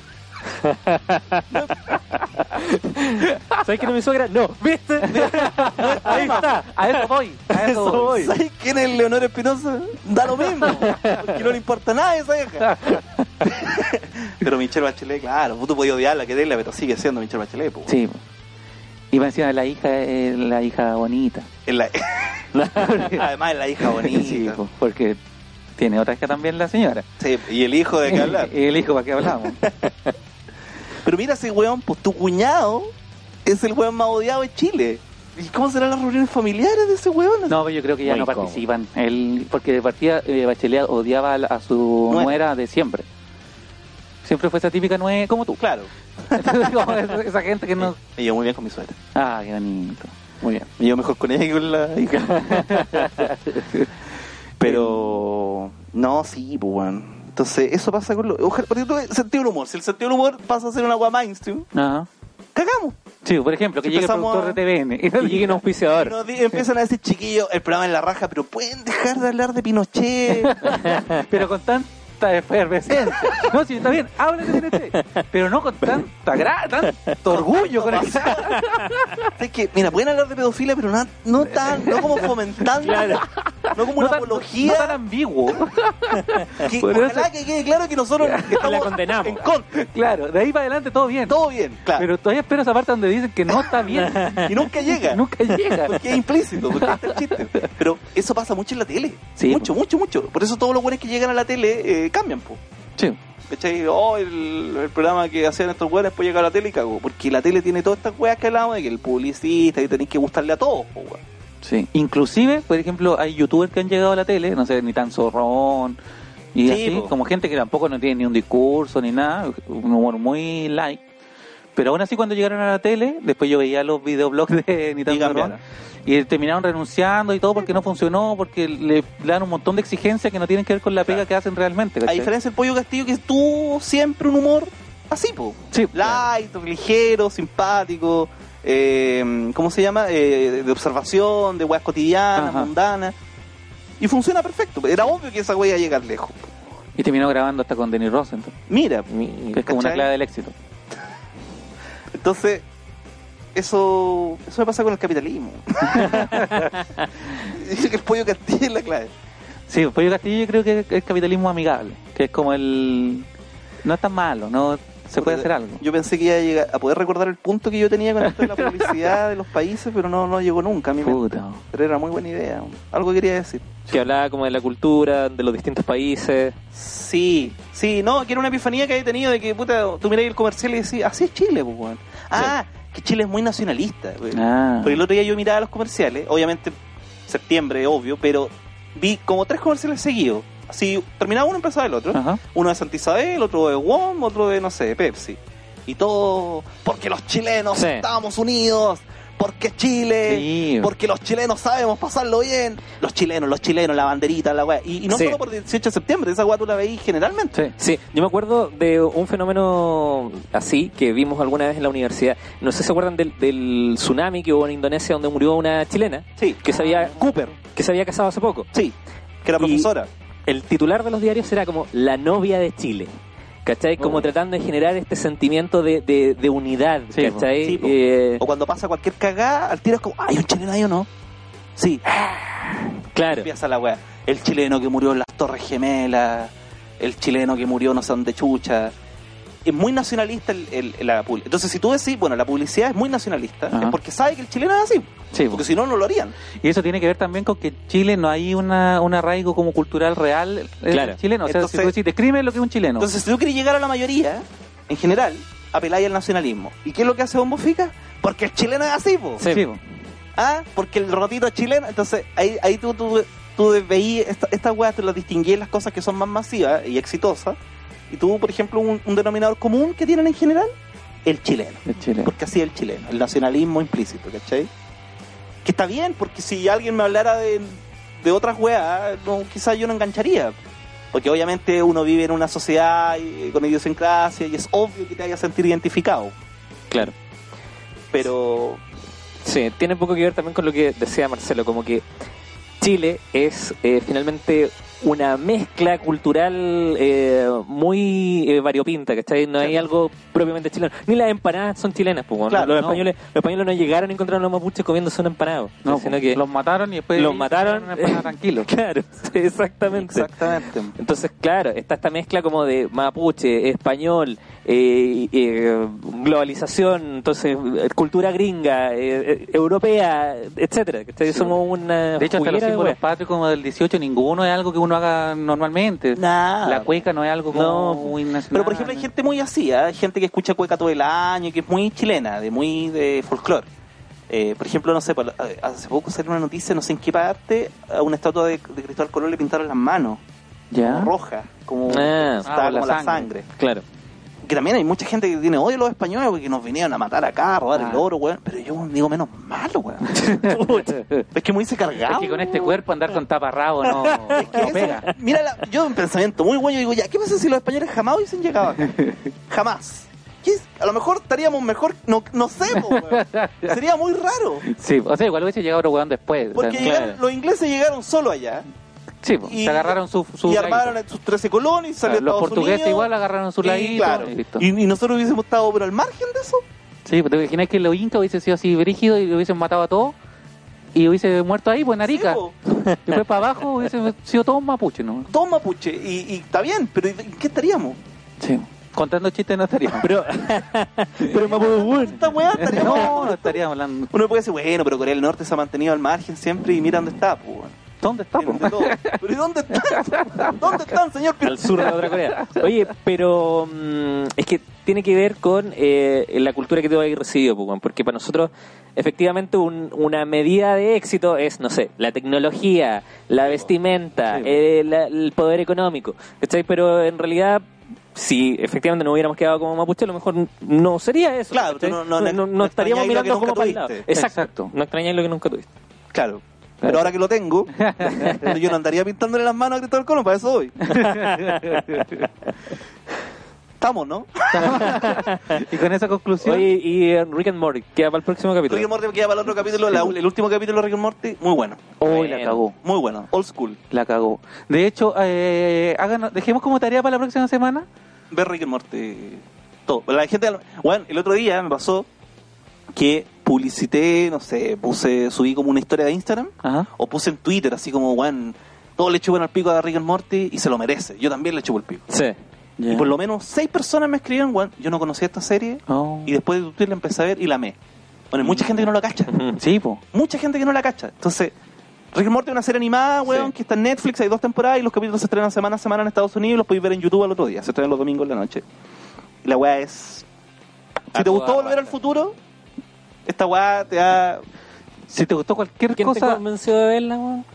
S1: ¿Sabes quién es mi suegra? No, ¿viste? Ahí está.
S3: A eso voy, a eso,
S1: Eso
S3: voy.
S1: voy.
S2: ¿Sabes quién es Leonor Espinosa? Da lo mismo, porque no le importa nada a esa vieja. pero Michelle Bachelet, claro, tú podías odiarla, quererla, pero sigue siendo Michelle Bachelet, po, weón.
S3: Sí. Y más encima la hija es la hija bonita.
S2: Es la- Además es la hija bonita.
S3: Sí, po, porque tiene otra hija también la señora.
S2: Sí, y el hijo de qué hablar.
S3: Y el hijo, ¿para qué hablamos?
S2: Pero mira ese weón, pues tu cuñado es el weón más odiado de Chile. ¿Y cómo serán las reuniones familiares de ese weón?
S3: No, pero yo creo que ya
S1: Muy
S3: no
S1: incómodo.
S3: participan. Él, porque de partida eh, Bachelet odiaba a, la- a su
S2: Nuera.
S3: nuera. de siempre. Siempre fue esa típica nuera como tú.
S2: Claro.
S3: Entonces, como esa, esa gente que no...
S2: Me llevo muy bien con mi suegra.
S3: Ah, qué bonito. Muy bien.
S2: Me llevo mejor con ella que con la hija. Pero.
S3: Em.
S2: No, sí, pues weón. Entonces, eso pasa con lo. Ojalá, porque tú, el sentido del humor. Si el sentido del humor pasa a ser una agua mainstream,
S3: Ajá.
S2: cagamos.
S3: Sí, por ejemplo, que
S2: Si
S3: llegue el
S2: empezamos
S3: productor
S2: a-
S3: de TVN. Y
S1: Y llegue un auspiciador.
S2: Nos di- empiezan a decir, chiquillos, el programa es la raja, pero pueden dejar de hablar de Pinochet.
S3: pero con tanta efervescencia. No, sí, está bien, habla de TNT, pero no con tanta gra tanto orgullo con el
S2: Es que, mira, pueden hablar de pedofilia, pero no, no tan, no como fomentando, no como
S3: no
S2: una
S3: tan,
S2: apología.
S3: no tan ambiguo.
S2: que,
S3: por
S2: ojalá
S3: eso-
S2: que quede claro que nosotros estamos
S1: condenamos.
S2: en contra.
S3: Claro, de ahí para adelante todo bien.
S2: Todo bien, claro.
S3: Pero todavía espero esa parte donde dicen que no está bien.
S2: y nunca llega.
S3: Nunca llega.
S2: Porque es implícito, porque está el chiste. Pero eso pasa mucho en la tele.
S3: Sí,
S2: mucho, mucho, mucho. Por eso todos los buenos que llegan a la tele eh, cambian, po.
S3: Sí.
S2: ¿Cachai? Oh, el, el programa que hacían estos güeyes después llega a la tele y cagó. Porque la tele tiene todas estas weas que hablamos de que el publicista y tenéis que gustarle a todos, po, weón.
S3: Sí. Inclusive, por ejemplo, hay youtubers que han llegado a la tele, no sé, ni tan zorrón. Y
S2: Sí,
S3: así,
S2: po.
S3: como gente que tampoco no tiene ni un discurso ni nada, un humor muy light. Pero aún así cuando llegaron a la tele, después yo veía los videoblogs de Ni tan
S2: Y
S3: Zorrón,
S2: cambiaron.
S3: y terminaron renunciando y todo porque no funcionó, porque le dan un montón de exigencias que no tienen que ver con la pega
S2: Claro.
S3: que hacen realmente.
S2: A
S3: ¿cachai?
S2: diferencia del Pollo Castillo que tuvo siempre un humor así, po.
S3: Sí,
S2: Light, ligero, simpático, eh, ¿cómo se llama? Eh, de observación, de weas cotidianas,
S3: Ajá.
S2: mundanas. Y funciona perfecto. Era obvio que esa wea iba a llegar lejos.
S3: Y terminó grabando hasta con Denis Rosenthal,
S2: Mira,
S3: que es como una
S2: ¿Cachai?
S3: clave del éxito.
S2: entonces, eso eso me pasa con el capitalismo. Dice que el Pollo Castillo es la clave.
S3: Sí, Pollo Castillo yo creo que es capitalismo amigable, que es como el... No es tan malo, no se puede hacer algo.
S2: Yo pensé que iba a, llegar- a poder recordar el punto que yo tenía con esto de la publicidad de los países, pero no, no llegó nunca. A mí me-
S3: Puta.
S2: Pero era muy buena idea. Algo quería decir.
S1: Que hablaba como de la cultura, de los distintos países.
S2: Sí, sí, no, que era una epifanía que he tenido de que, puta, tú miráis el comercial y decís, así es Chile, pues, weón. Ah, que Chile es muy nacionalista. güey.
S3: Ah.
S2: Porque el otro día yo miraba los comerciales, obviamente septiembre, obvio, pero vi como tres comerciales seguidos. Así, terminaba uno, empezaba el otro.
S3: Ajá.
S2: Uno de Santa Isabel, otro de WOM, otro de, no sé, de Pepsi. Y todo, porque los chilenos
S1: Sí.
S2: estamos unidos, porque Chile...
S3: Sí.
S2: Porque los chilenos sabemos pasarlo bien. Los chilenos, los chilenos, la banderita, la weá. Y, y no
S1: Sí.
S2: solo por 18 de septiembre, esa weá tú la veís generalmente.
S3: Sí.
S1: Sí, yo me acuerdo de un fenómeno así que vimos alguna vez en la universidad. No sé si se acuerdan del, del tsunami que hubo en Indonesia donde murió una chilena
S2: Sí.
S1: que se había,
S2: Cooper,
S1: que se había casado hace poco.
S2: sí. Que
S1: Y-
S2: era profesora.
S1: el titular de los diarios era como la novia de Chile. ¿Cachai? Como
S3: Oh.
S1: tratando de generar este sentimiento de, de- de unidad,
S3: Sí, po.
S1: ¿cachai?
S2: Sí, po.
S1: Eh,
S2: O cuando pasa cualquier cagada, al tiro es como, ay, un chileno ahí o no. Sí,
S1: claro.
S2: empieza la weá. El chileno que murió en las Torres Gemelas. El chileno que murió no sé dónde chucha. Es muy nacionalista el, el- la publicidad. Entonces, si tú decís, bueno, la publicidad es muy nacionalista,
S3: Ajá.
S2: es porque sabe que el chileno es así.
S3: Sí,
S2: Porque si no, no lo harían.
S3: y eso tiene que ver también con que en Chile no hay una, un arraigo como cultural real eh,
S1: Claro.
S3: chileno. O sea,
S2: Entonces-
S3: si tú decís, describe lo que es un chileno.
S2: Entonces, si tú quieres llegar a la mayoría, en general, apeláis al nacionalismo. ¿Y qué es lo que hace Bombo Fica? Porque el chileno es así, po.
S1: Sí.
S3: Sí, po.
S2: Ah, porque el rotito es chileno. Entonces, ahí, ahí tú, tú, tú veías esta- estas weas, tú las distinguías en las cosas que son más masivas y exitosas. Y tú, por ejemplo, un, un denominador común que tienen en general, el chileno.
S3: El chileno.
S2: Porque así es el chileno, el nacionalismo implícito, ¿cachai? Que está bien, porque si alguien me hablara de, de otras weas, no, quizás yo no engancharía. Porque obviamente uno vive en una sociedad eh, con idiosincrasia y es obvio que te hayas sentir identificado.
S1: Claro.
S2: Pero
S1: Sí, tiene poco que ver también con lo que decía Marcelo, como que Chile es eh, finalmente una mezcla cultural eh, muy eh, variopinta, ¿cachai? No hay
S2: Claro.
S1: algo propiamente chileno. Ni las empanadas son chilenas, pues, bueno.
S2: Claro,
S1: los,
S2: no.
S1: españoles, los españoles no llegaron y encontraron a los mapuches comiéndose una empanada,
S3: No,
S1: sino
S2: pues,
S3: po.
S1: que...
S3: Los mataron y después.
S1: Los mataron.
S3: Una
S2: eh,
S3: empanada tranquilo.
S1: Claro, sí, exactamente.
S2: exactamente.
S1: Entonces, claro, está esta mezcla como de mapuche, español, eh, eh, globalización, entonces eh, cultura gringa, eh, eh, europea, etcétera. ¿cachai?
S3: Sí.
S1: Somos una
S3: De hecho, hasta los
S1: juguera de
S3: símbolos
S1: weas.
S3: patrios como del 18, ninguno es algo que uno haga normalmente.
S2: Nada.
S3: La cueca no es algo como
S1: No,
S3: muy nacional.
S2: Pero por ejemplo hay gente muy así, ¿ah? hay gente que escucha cueca todo el año, y que es muy chilena, de muy de folclore. Eh, por ejemplo, no sé, pa- hace poco salió una noticia, no sé en qué parte, a una estatua de, de Cristóbal Colón le pintaron las manos,
S3: ¿Ya?
S2: roja, como,
S1: Ah.
S2: estaba
S3: Ah, por
S2: como
S3: la
S2: la sangre.
S1: Claro.
S2: Que también hay mucha gente que tiene odio a los españoles porque nos vinieron a matar acá, a robar
S3: Ah.
S2: el oro, weón. Pero yo digo menos malo, weón. es que muy se cargado.
S3: Es que con este cuerpo andar con taparrabo no,
S2: Que
S3: no
S2: eso-
S3: pega.
S2: Mira, la- yo un pensamiento muy bueno, yo digo, ya, ¿qué pasa si los españoles jamás hubiesen llegado acá? Jamás. ¿Qué es? A lo mejor estaríamos mejor, no, no sé, po, weón. sería muy raro.
S3: Sí, o sea, igual hubiese llegado otro weón después. o sea,
S2: Porque
S3: claro.
S2: llegaron- los ingleses llegaron solo allá
S3: Sí, po,
S2: y-
S3: se agarraron su, su
S2: y
S3: laguito.
S2: armaron sus 13 colonias
S3: Claro,
S2: y salió
S3: Los
S2: Estados
S3: portugueses
S2: Unidos,
S3: igual agarraron su laguito.
S2: y, claro,
S3: y listo.
S2: y, y nosotros hubiésemos estado pero al margen de eso.
S3: Sí, pero te imaginas que los incas hubiesen sido así brígidos y hubiesen matado a todos y hubiese muerto ahí, pues en Arica.
S2: Sí, po.
S3: Después para abajo hubiesen sido todos mapuches, ¿no?
S2: Todos mapuche y, y está bien, pero ¿en qué estaríamos?
S3: Sí. Contando chistes no estaríamos.
S1: Pero, pero Mapudungun.
S2: Esta weá estaríamos.
S3: No, no estaríamos hablando.
S2: Uno puede decir, bueno, pero Corea del Norte se ha mantenido al margen siempre y mira dónde está, po, weón.
S3: ¿Dónde
S2: Tienen
S3: estamos?
S2: de todo. Pero ¿y dónde están? ¿Dónde están, señor?
S1: al sur de la otra Corea. Oye, pero mm, es que tiene que ver con eh, la cultura que tú has recibido, pues, weón, porque para nosotros efectivamente un- una medida de éxito es, no sé, la tecnología, la vestimenta,
S3: Sí, po.
S1: eh, la- el poder económico, ¿cachai? Pero en realidad... Si efectivamente nos hubiéramos quedado como mapuche, a lo mejor no sería eso.
S2: Claro,
S1: ¿cachai?
S2: no- no-
S1: estaríamos
S2: no extrañáis lo que
S1: mirando como
S2: nunca
S1: para el lado.
S2: tuviste.
S1: Exacto.
S3: Exacto.
S1: No extrañáis lo que nunca tuviste.
S2: Claro. Pero ahora que lo tengo, yo no andaría pintándole las manos a Cristóbal Colón, para eso hoy. Estamos, ¿no?
S3: Y con esa conclusión.
S1: Oye, y eh, Rick and Morty, queda para el próximo capítulo.
S2: Rick and Morty queda para el otro capítulo, la- el último capítulo de Rick and Morty, muy bueno.
S3: Uy, la
S1: Bueno.
S3: cagó.
S2: Muy bueno, old school.
S3: La cagó. De hecho, eh, háganos- dejemos como tarea para la próxima semana.
S2: Ver Rick and Morty. Todo. La gente, bueno, el otro día me pasó que publicité, no sé, puse, subí como una historia de Instagram
S3: Ajá.
S2: o puse en Twitter así como, bueno, todo le chupan al pico a Rick and Morty y se lo merece. Yo también le chupo el pico.
S1: Sí.
S2: Y por lo menos seis personas me escribieron, weón, yo no conocía esta serie
S3: Oh.
S2: y después de tu tweet la empecé a ver y la amé. Bueno, hay mucha gente que no la cacha.
S1: Mm. Ujú.
S3: Sí, po.
S2: Mucha gente que no la cacha. Entonces, Rick and Morty es una serie animada, weón,
S1: Sí.
S2: que está en Netflix, hay dos temporadas y los capítulos se estrenan semana a semana en Estados Unidos y los podéis ver en YouTube al otro día. Se estrenan los domingos en la noche. Y la weá es... Si
S1: A
S2: te
S1: toda
S2: gustó Volver al
S1: raja.
S2: Futuro, esta weá te da...
S3: Si te gustó cualquier
S1: ¿Quién te
S3: cosa,
S1: convenció de verla, weón?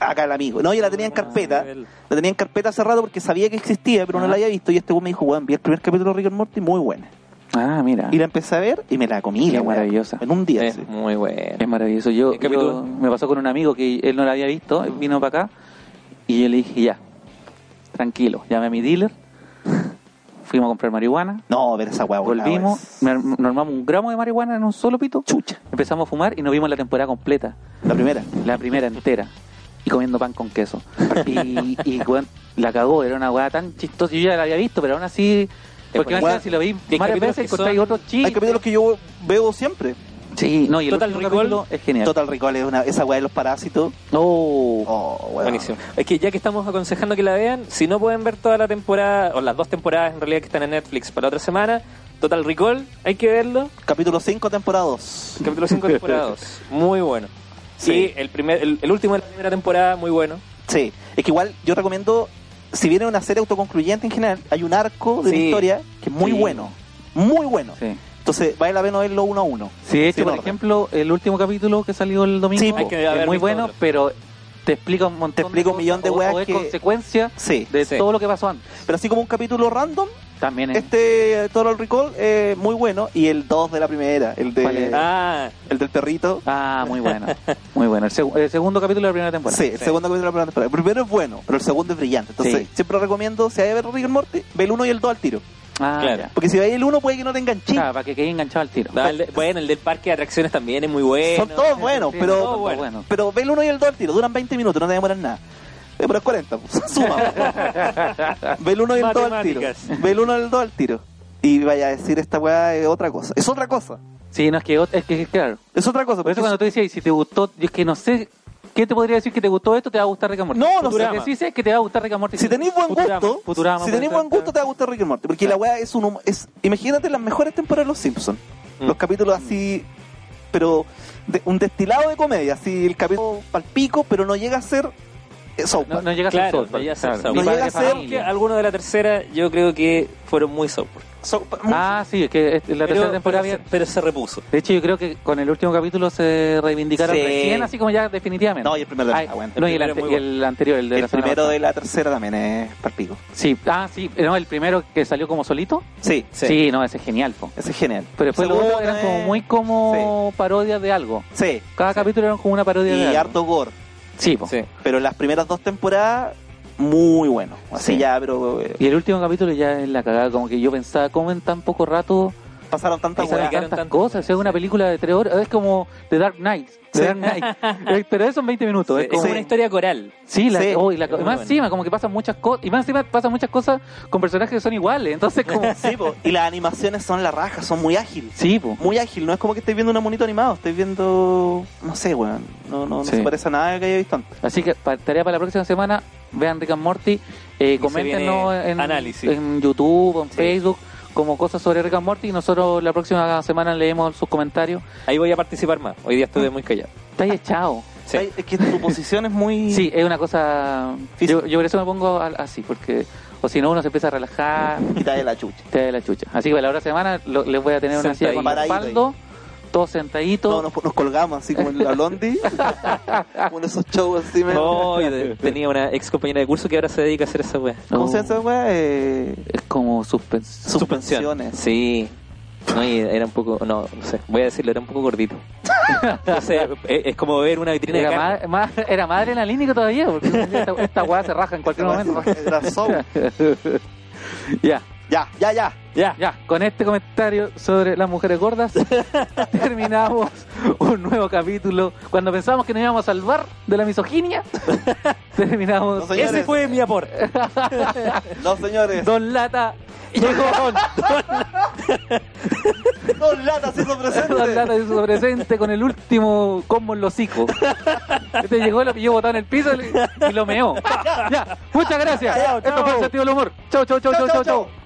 S2: Acá el amigo. No, yo la tenía
S1: Ah,
S2: en carpeta. La tenía en carpeta hace rato porque sabía que existía, pero no
S3: Ajá.
S2: la había visto. Y este weón me dijo, weón, vi el primer capítulo de Rick and Morty, muy buena.
S3: Ah, mira.
S2: Y la empecé a ver y me la comí,
S3: Qué
S2: la weá.
S3: maravillosa.
S2: En un día.
S1: Es
S2: sí.
S1: muy bueno.
S3: Es maravilloso. Yo,
S1: El capítulo.
S3: yo- me pasó con un amigo que él no la había visto, él vino para acá y yo le dije, ya, tranquilo, llamé a mi dealer, fuimos a comprar marihuana,
S2: No, ver esa weá, volada,
S3: volvimos,
S2: weá.
S3: me arm- nos armamos un gramo de marihuana en un solo pito,
S2: Chucha.
S3: empezamos a fumar y nos vimos la temporada completa,
S2: La primera.
S3: la primera entera, y comiendo pan con queso. Y, y weón, la cagó, era una weá tan chistosa, yo ya la había visto, pero aún así... Porque
S1: buena.
S3: más allá si lo vi
S1: hay
S3: varias
S1: capítulos
S3: veces,
S1: que son-
S3: encontráis otro
S2: Hay
S3: chiste.
S2: capítulos que yo veo siempre.
S3: Sí, no, y el
S1: Total
S3: último
S1: Recall.
S3: capítulo es genial.
S2: Total Recall es una, esa weá de los parásitos.
S3: Oh.
S2: Oh, weón.
S1: Buenísimo. Es que ya que estamos aconsejando que la vean, si no pueden ver toda la temporada, o las dos temporadas en realidad que están en Netflix para la otra semana, Total Recall, hay que verlo.
S2: Capítulo 5, temporada 2.
S1: Capítulo 5, temporada 2. Muy bueno.
S2: Sí.
S1: Sí, el, primer, el, el último de la primera temporada, muy bueno.
S2: Sí. Es que igual yo recomiendo, si viene una serie autoconcluyente en general, hay un arco de la
S1: Sí.
S2: historia que es muy
S1: Sí.
S2: bueno. muy bueno.
S3: Sí.
S2: Entonces, vale la pena verlo uno a uno.
S3: Sí, de hecho,
S2: Sin
S3: por
S2: orden.
S3: ejemplo, el último capítulo que salió el domingo
S2: Sí,
S1: hay que
S3: es
S1: haber
S3: muy
S1: visto
S3: bueno,
S1: otro.
S3: pero te explica un montón
S2: Te explica
S3: de
S2: un millón de
S3: cosas,
S2: weas
S3: o, o es
S2: que-
S3: consecuencia
S2: Sí.
S3: de
S1: Sí.
S3: todo lo que pasó antes.
S2: Pero así como un capítulo random,
S3: También es.
S2: este eh, Total Recall es muy bueno. Y el 2 de la primera, el
S3: ¿Cuál
S2: de
S3: es?
S1: Ah,
S2: el del perrito.
S3: Ah, muy bueno. Muy bueno. El, seg- el segundo capítulo de la primera temporada.
S2: sí, el segundo capítulo de la primera temporada. El primero es bueno, pero el segundo es brillante. Entonces,
S3: Sí.
S2: siempre recomiendo, si hay que ver Rick and Morty, ve el 1 y el 2 al tiro.
S3: Ah,
S1: Claro.
S3: ya.
S2: Porque si veis el 1 puede que no te enganches.
S3: Claro, para que quede enganchado al tiro.
S1: no, el de- bueno, el del parque de atracciones también es muy bueno.
S2: Son todos buenos,
S3: Sí,
S2: pero,
S3: todo
S1: bueno.
S3: bueno.
S2: pero ve el 1 y el 2 al tiro. Duran 20 minutos, no te demoran nada. Demoras 40, pues, suma. pues. ve el 1 y el 2 al tiro.
S1: Matemáticas.
S2: Ve el 1 y el 2 al tiro. Y vaya a decir, esta weá es otra cosa. Es otra cosa.
S3: Sí, no, es que, ot- es que claro.
S2: Es otra cosa.
S3: Por
S2: porque
S3: eso cuando tú decías, si te gustó, yo es que no sé, ¿qué te podría decir que te gustó esto? Te va a gustar Rick and Morty.
S2: No, no
S3: Lo
S1: sé.
S3: que sí sé es que te va a gustar Rick and Morty.
S2: Si tenéis buen
S1: Futurama,
S2: gusto,
S3: Futurama,
S2: si
S3: puede
S2: tenéis
S3: ser,
S2: buen gusto
S3: claro.
S2: te va a gustar Rick and Morty, porque la weá es un humo- es imagínate las mejores temporadas de Los Simpsons.
S1: Mm.
S2: Los capítulos así pero de- un destilado de comedia, así el capítulo palpico, pero no llega a ser eh, South
S3: No,
S2: Park.
S3: no llegas
S1: Claro,
S3: al sol.
S1: no llegas al sol.
S3: Ni
S2: No
S3: padre
S2: llegas
S3: de
S2: a ser-
S1: Que
S3: familia.
S1: algunos de la tercera yo creo que fueron muy software.
S2: South Park- mm.
S3: Ah, sí, es que es- la tercera temporada
S1: pero,
S3: había-
S1: se- pero se repuso.
S3: De hecho, yo creo que con el último capítulo se reivindicaron
S2: Sí.
S3: recién, así como ya definitivamente.
S2: No, y el primero de la-
S3: Ay,
S2: aguanta,
S3: no,
S1: el
S3: y el,
S1: primero
S3: ante-
S1: es muy
S3: y el anterior, el de
S2: el
S3: la semana
S2: primero
S3: pasada.
S2: de la tercera también es palpico.
S3: Sí, ah, sí, no, el primero que salió como solito.
S2: Sí,
S1: Sí.
S3: Sí, no, ese es genial. po.
S2: ese es genial.
S3: Pero después los
S2: Segundo
S3: otros eran como
S2: es-
S3: muy como parodias de algo.
S2: Sí,
S3: Cada capítulo era como una parodia de
S2: y
S3: algo.
S2: harto gore,
S3: Sí, po.
S1: Sí.
S2: pero las primeras dos temporadas muy bueno. Así
S3: Sí.
S2: ya, pero eh,
S3: Y el último capítulo ya es la cagada, como que yo pensaba, ¿cómo en tan poco rato
S2: pasaron tantas
S1: Esa-
S3: pasaron
S2: weas.
S1: dedicaron
S3: tantas
S1: tanto
S3: cosas? Es
S1: tiempo,
S3: una
S1: sí.
S3: película de tres horas, es como The Dark Knight, The
S2: Sí.
S3: Dark Knight. Eh, Pero eso en 20 minutos,
S1: Sí,
S3: es
S1: Es
S3: como...
S1: como una historia coral.
S3: Sí, la,
S2: Sí.
S3: oh, y la-
S1: Es muy
S3: más
S1: bueno.
S3: encima, como que pasan muchas cosas, y más encima pasan muchas cosas con personajes que son iguales, entonces como...
S2: Sí, po, y las animaciones son la raja, son muy ágiles.
S3: sí, po.
S2: muy ágil, no es como que estés viendo un monito animado, estés viendo. No sé, weón. No, no, no
S3: Sí.
S2: se parece a nada que haya visto antes.
S3: Así que pa- tarea para la próxima semana, vean Rick and Morty, eh,
S1: se
S3: coméntenos
S1: viene
S3: en,
S1: análisis.
S3: en YouTube, en
S1: Sí.
S3: Facebook, como cosas sobre Rick and Morty, y nosotros la próxima semana leemos sus comentarios.
S1: Ahí voy a participar más. Hoy día estuve muy callado.
S3: Estáis echado.
S1: Sí.
S2: Ay, Es que tu posición es muy.
S3: Sí, es una cosa.
S2: Física.
S3: Yo, yo por eso me pongo al- así, porque. O si no, uno se empieza a relajar,
S2: Quita de la chucha.
S3: te da la chucha. Así que para la hora de semana lo- les voy a tener una silla con
S2: Sentadito.
S3: respaldo, todos sentaditos.
S2: No, nos, nos colgamos así como en la Blondie. como en esos shows así, me...
S1: No, yo de- tenía una ex compañera de curso que ahora se dedica a hacer esa wea.
S2: ¿Cómo se
S3: Oh,
S2: hace, weón? Eh,
S3: Es como suspenso.
S2: Suspensiones.
S1: Sí. No, y era un poco, no, no sé, voy a decirlo, era un poco gordito. No sé, es, es como ver una vitrina de
S3: Era
S1: carne.
S3: más, más- era más adrenalínico todavía, porque esta, esta weá se raja en
S2: este
S3: cualquier momento.
S2: Grasón.
S3: ya,
S2: Ya, ya, ya.
S1: Ya,
S3: ya, con este comentario sobre las mujeres gordas, terminamos un nuevo capítulo. Cuando pensamos que nos íbamos a salvar de la misoginia, terminamos.
S2: No, señores.
S1: ese fue mi aporte.
S2: No, señores.
S3: Don Lata llegó con
S2: Dos latas se hizo presente.
S3: Don Lata y su presente con el último combo en los hocico. Este llegó, lo pilló botado en el piso y lo meó. Ya, muchas gracias.
S2: Chao,
S3: Esto
S2: chao.
S3: fue el sentido del humor. Chau, chau, chau, chau, chau, chau.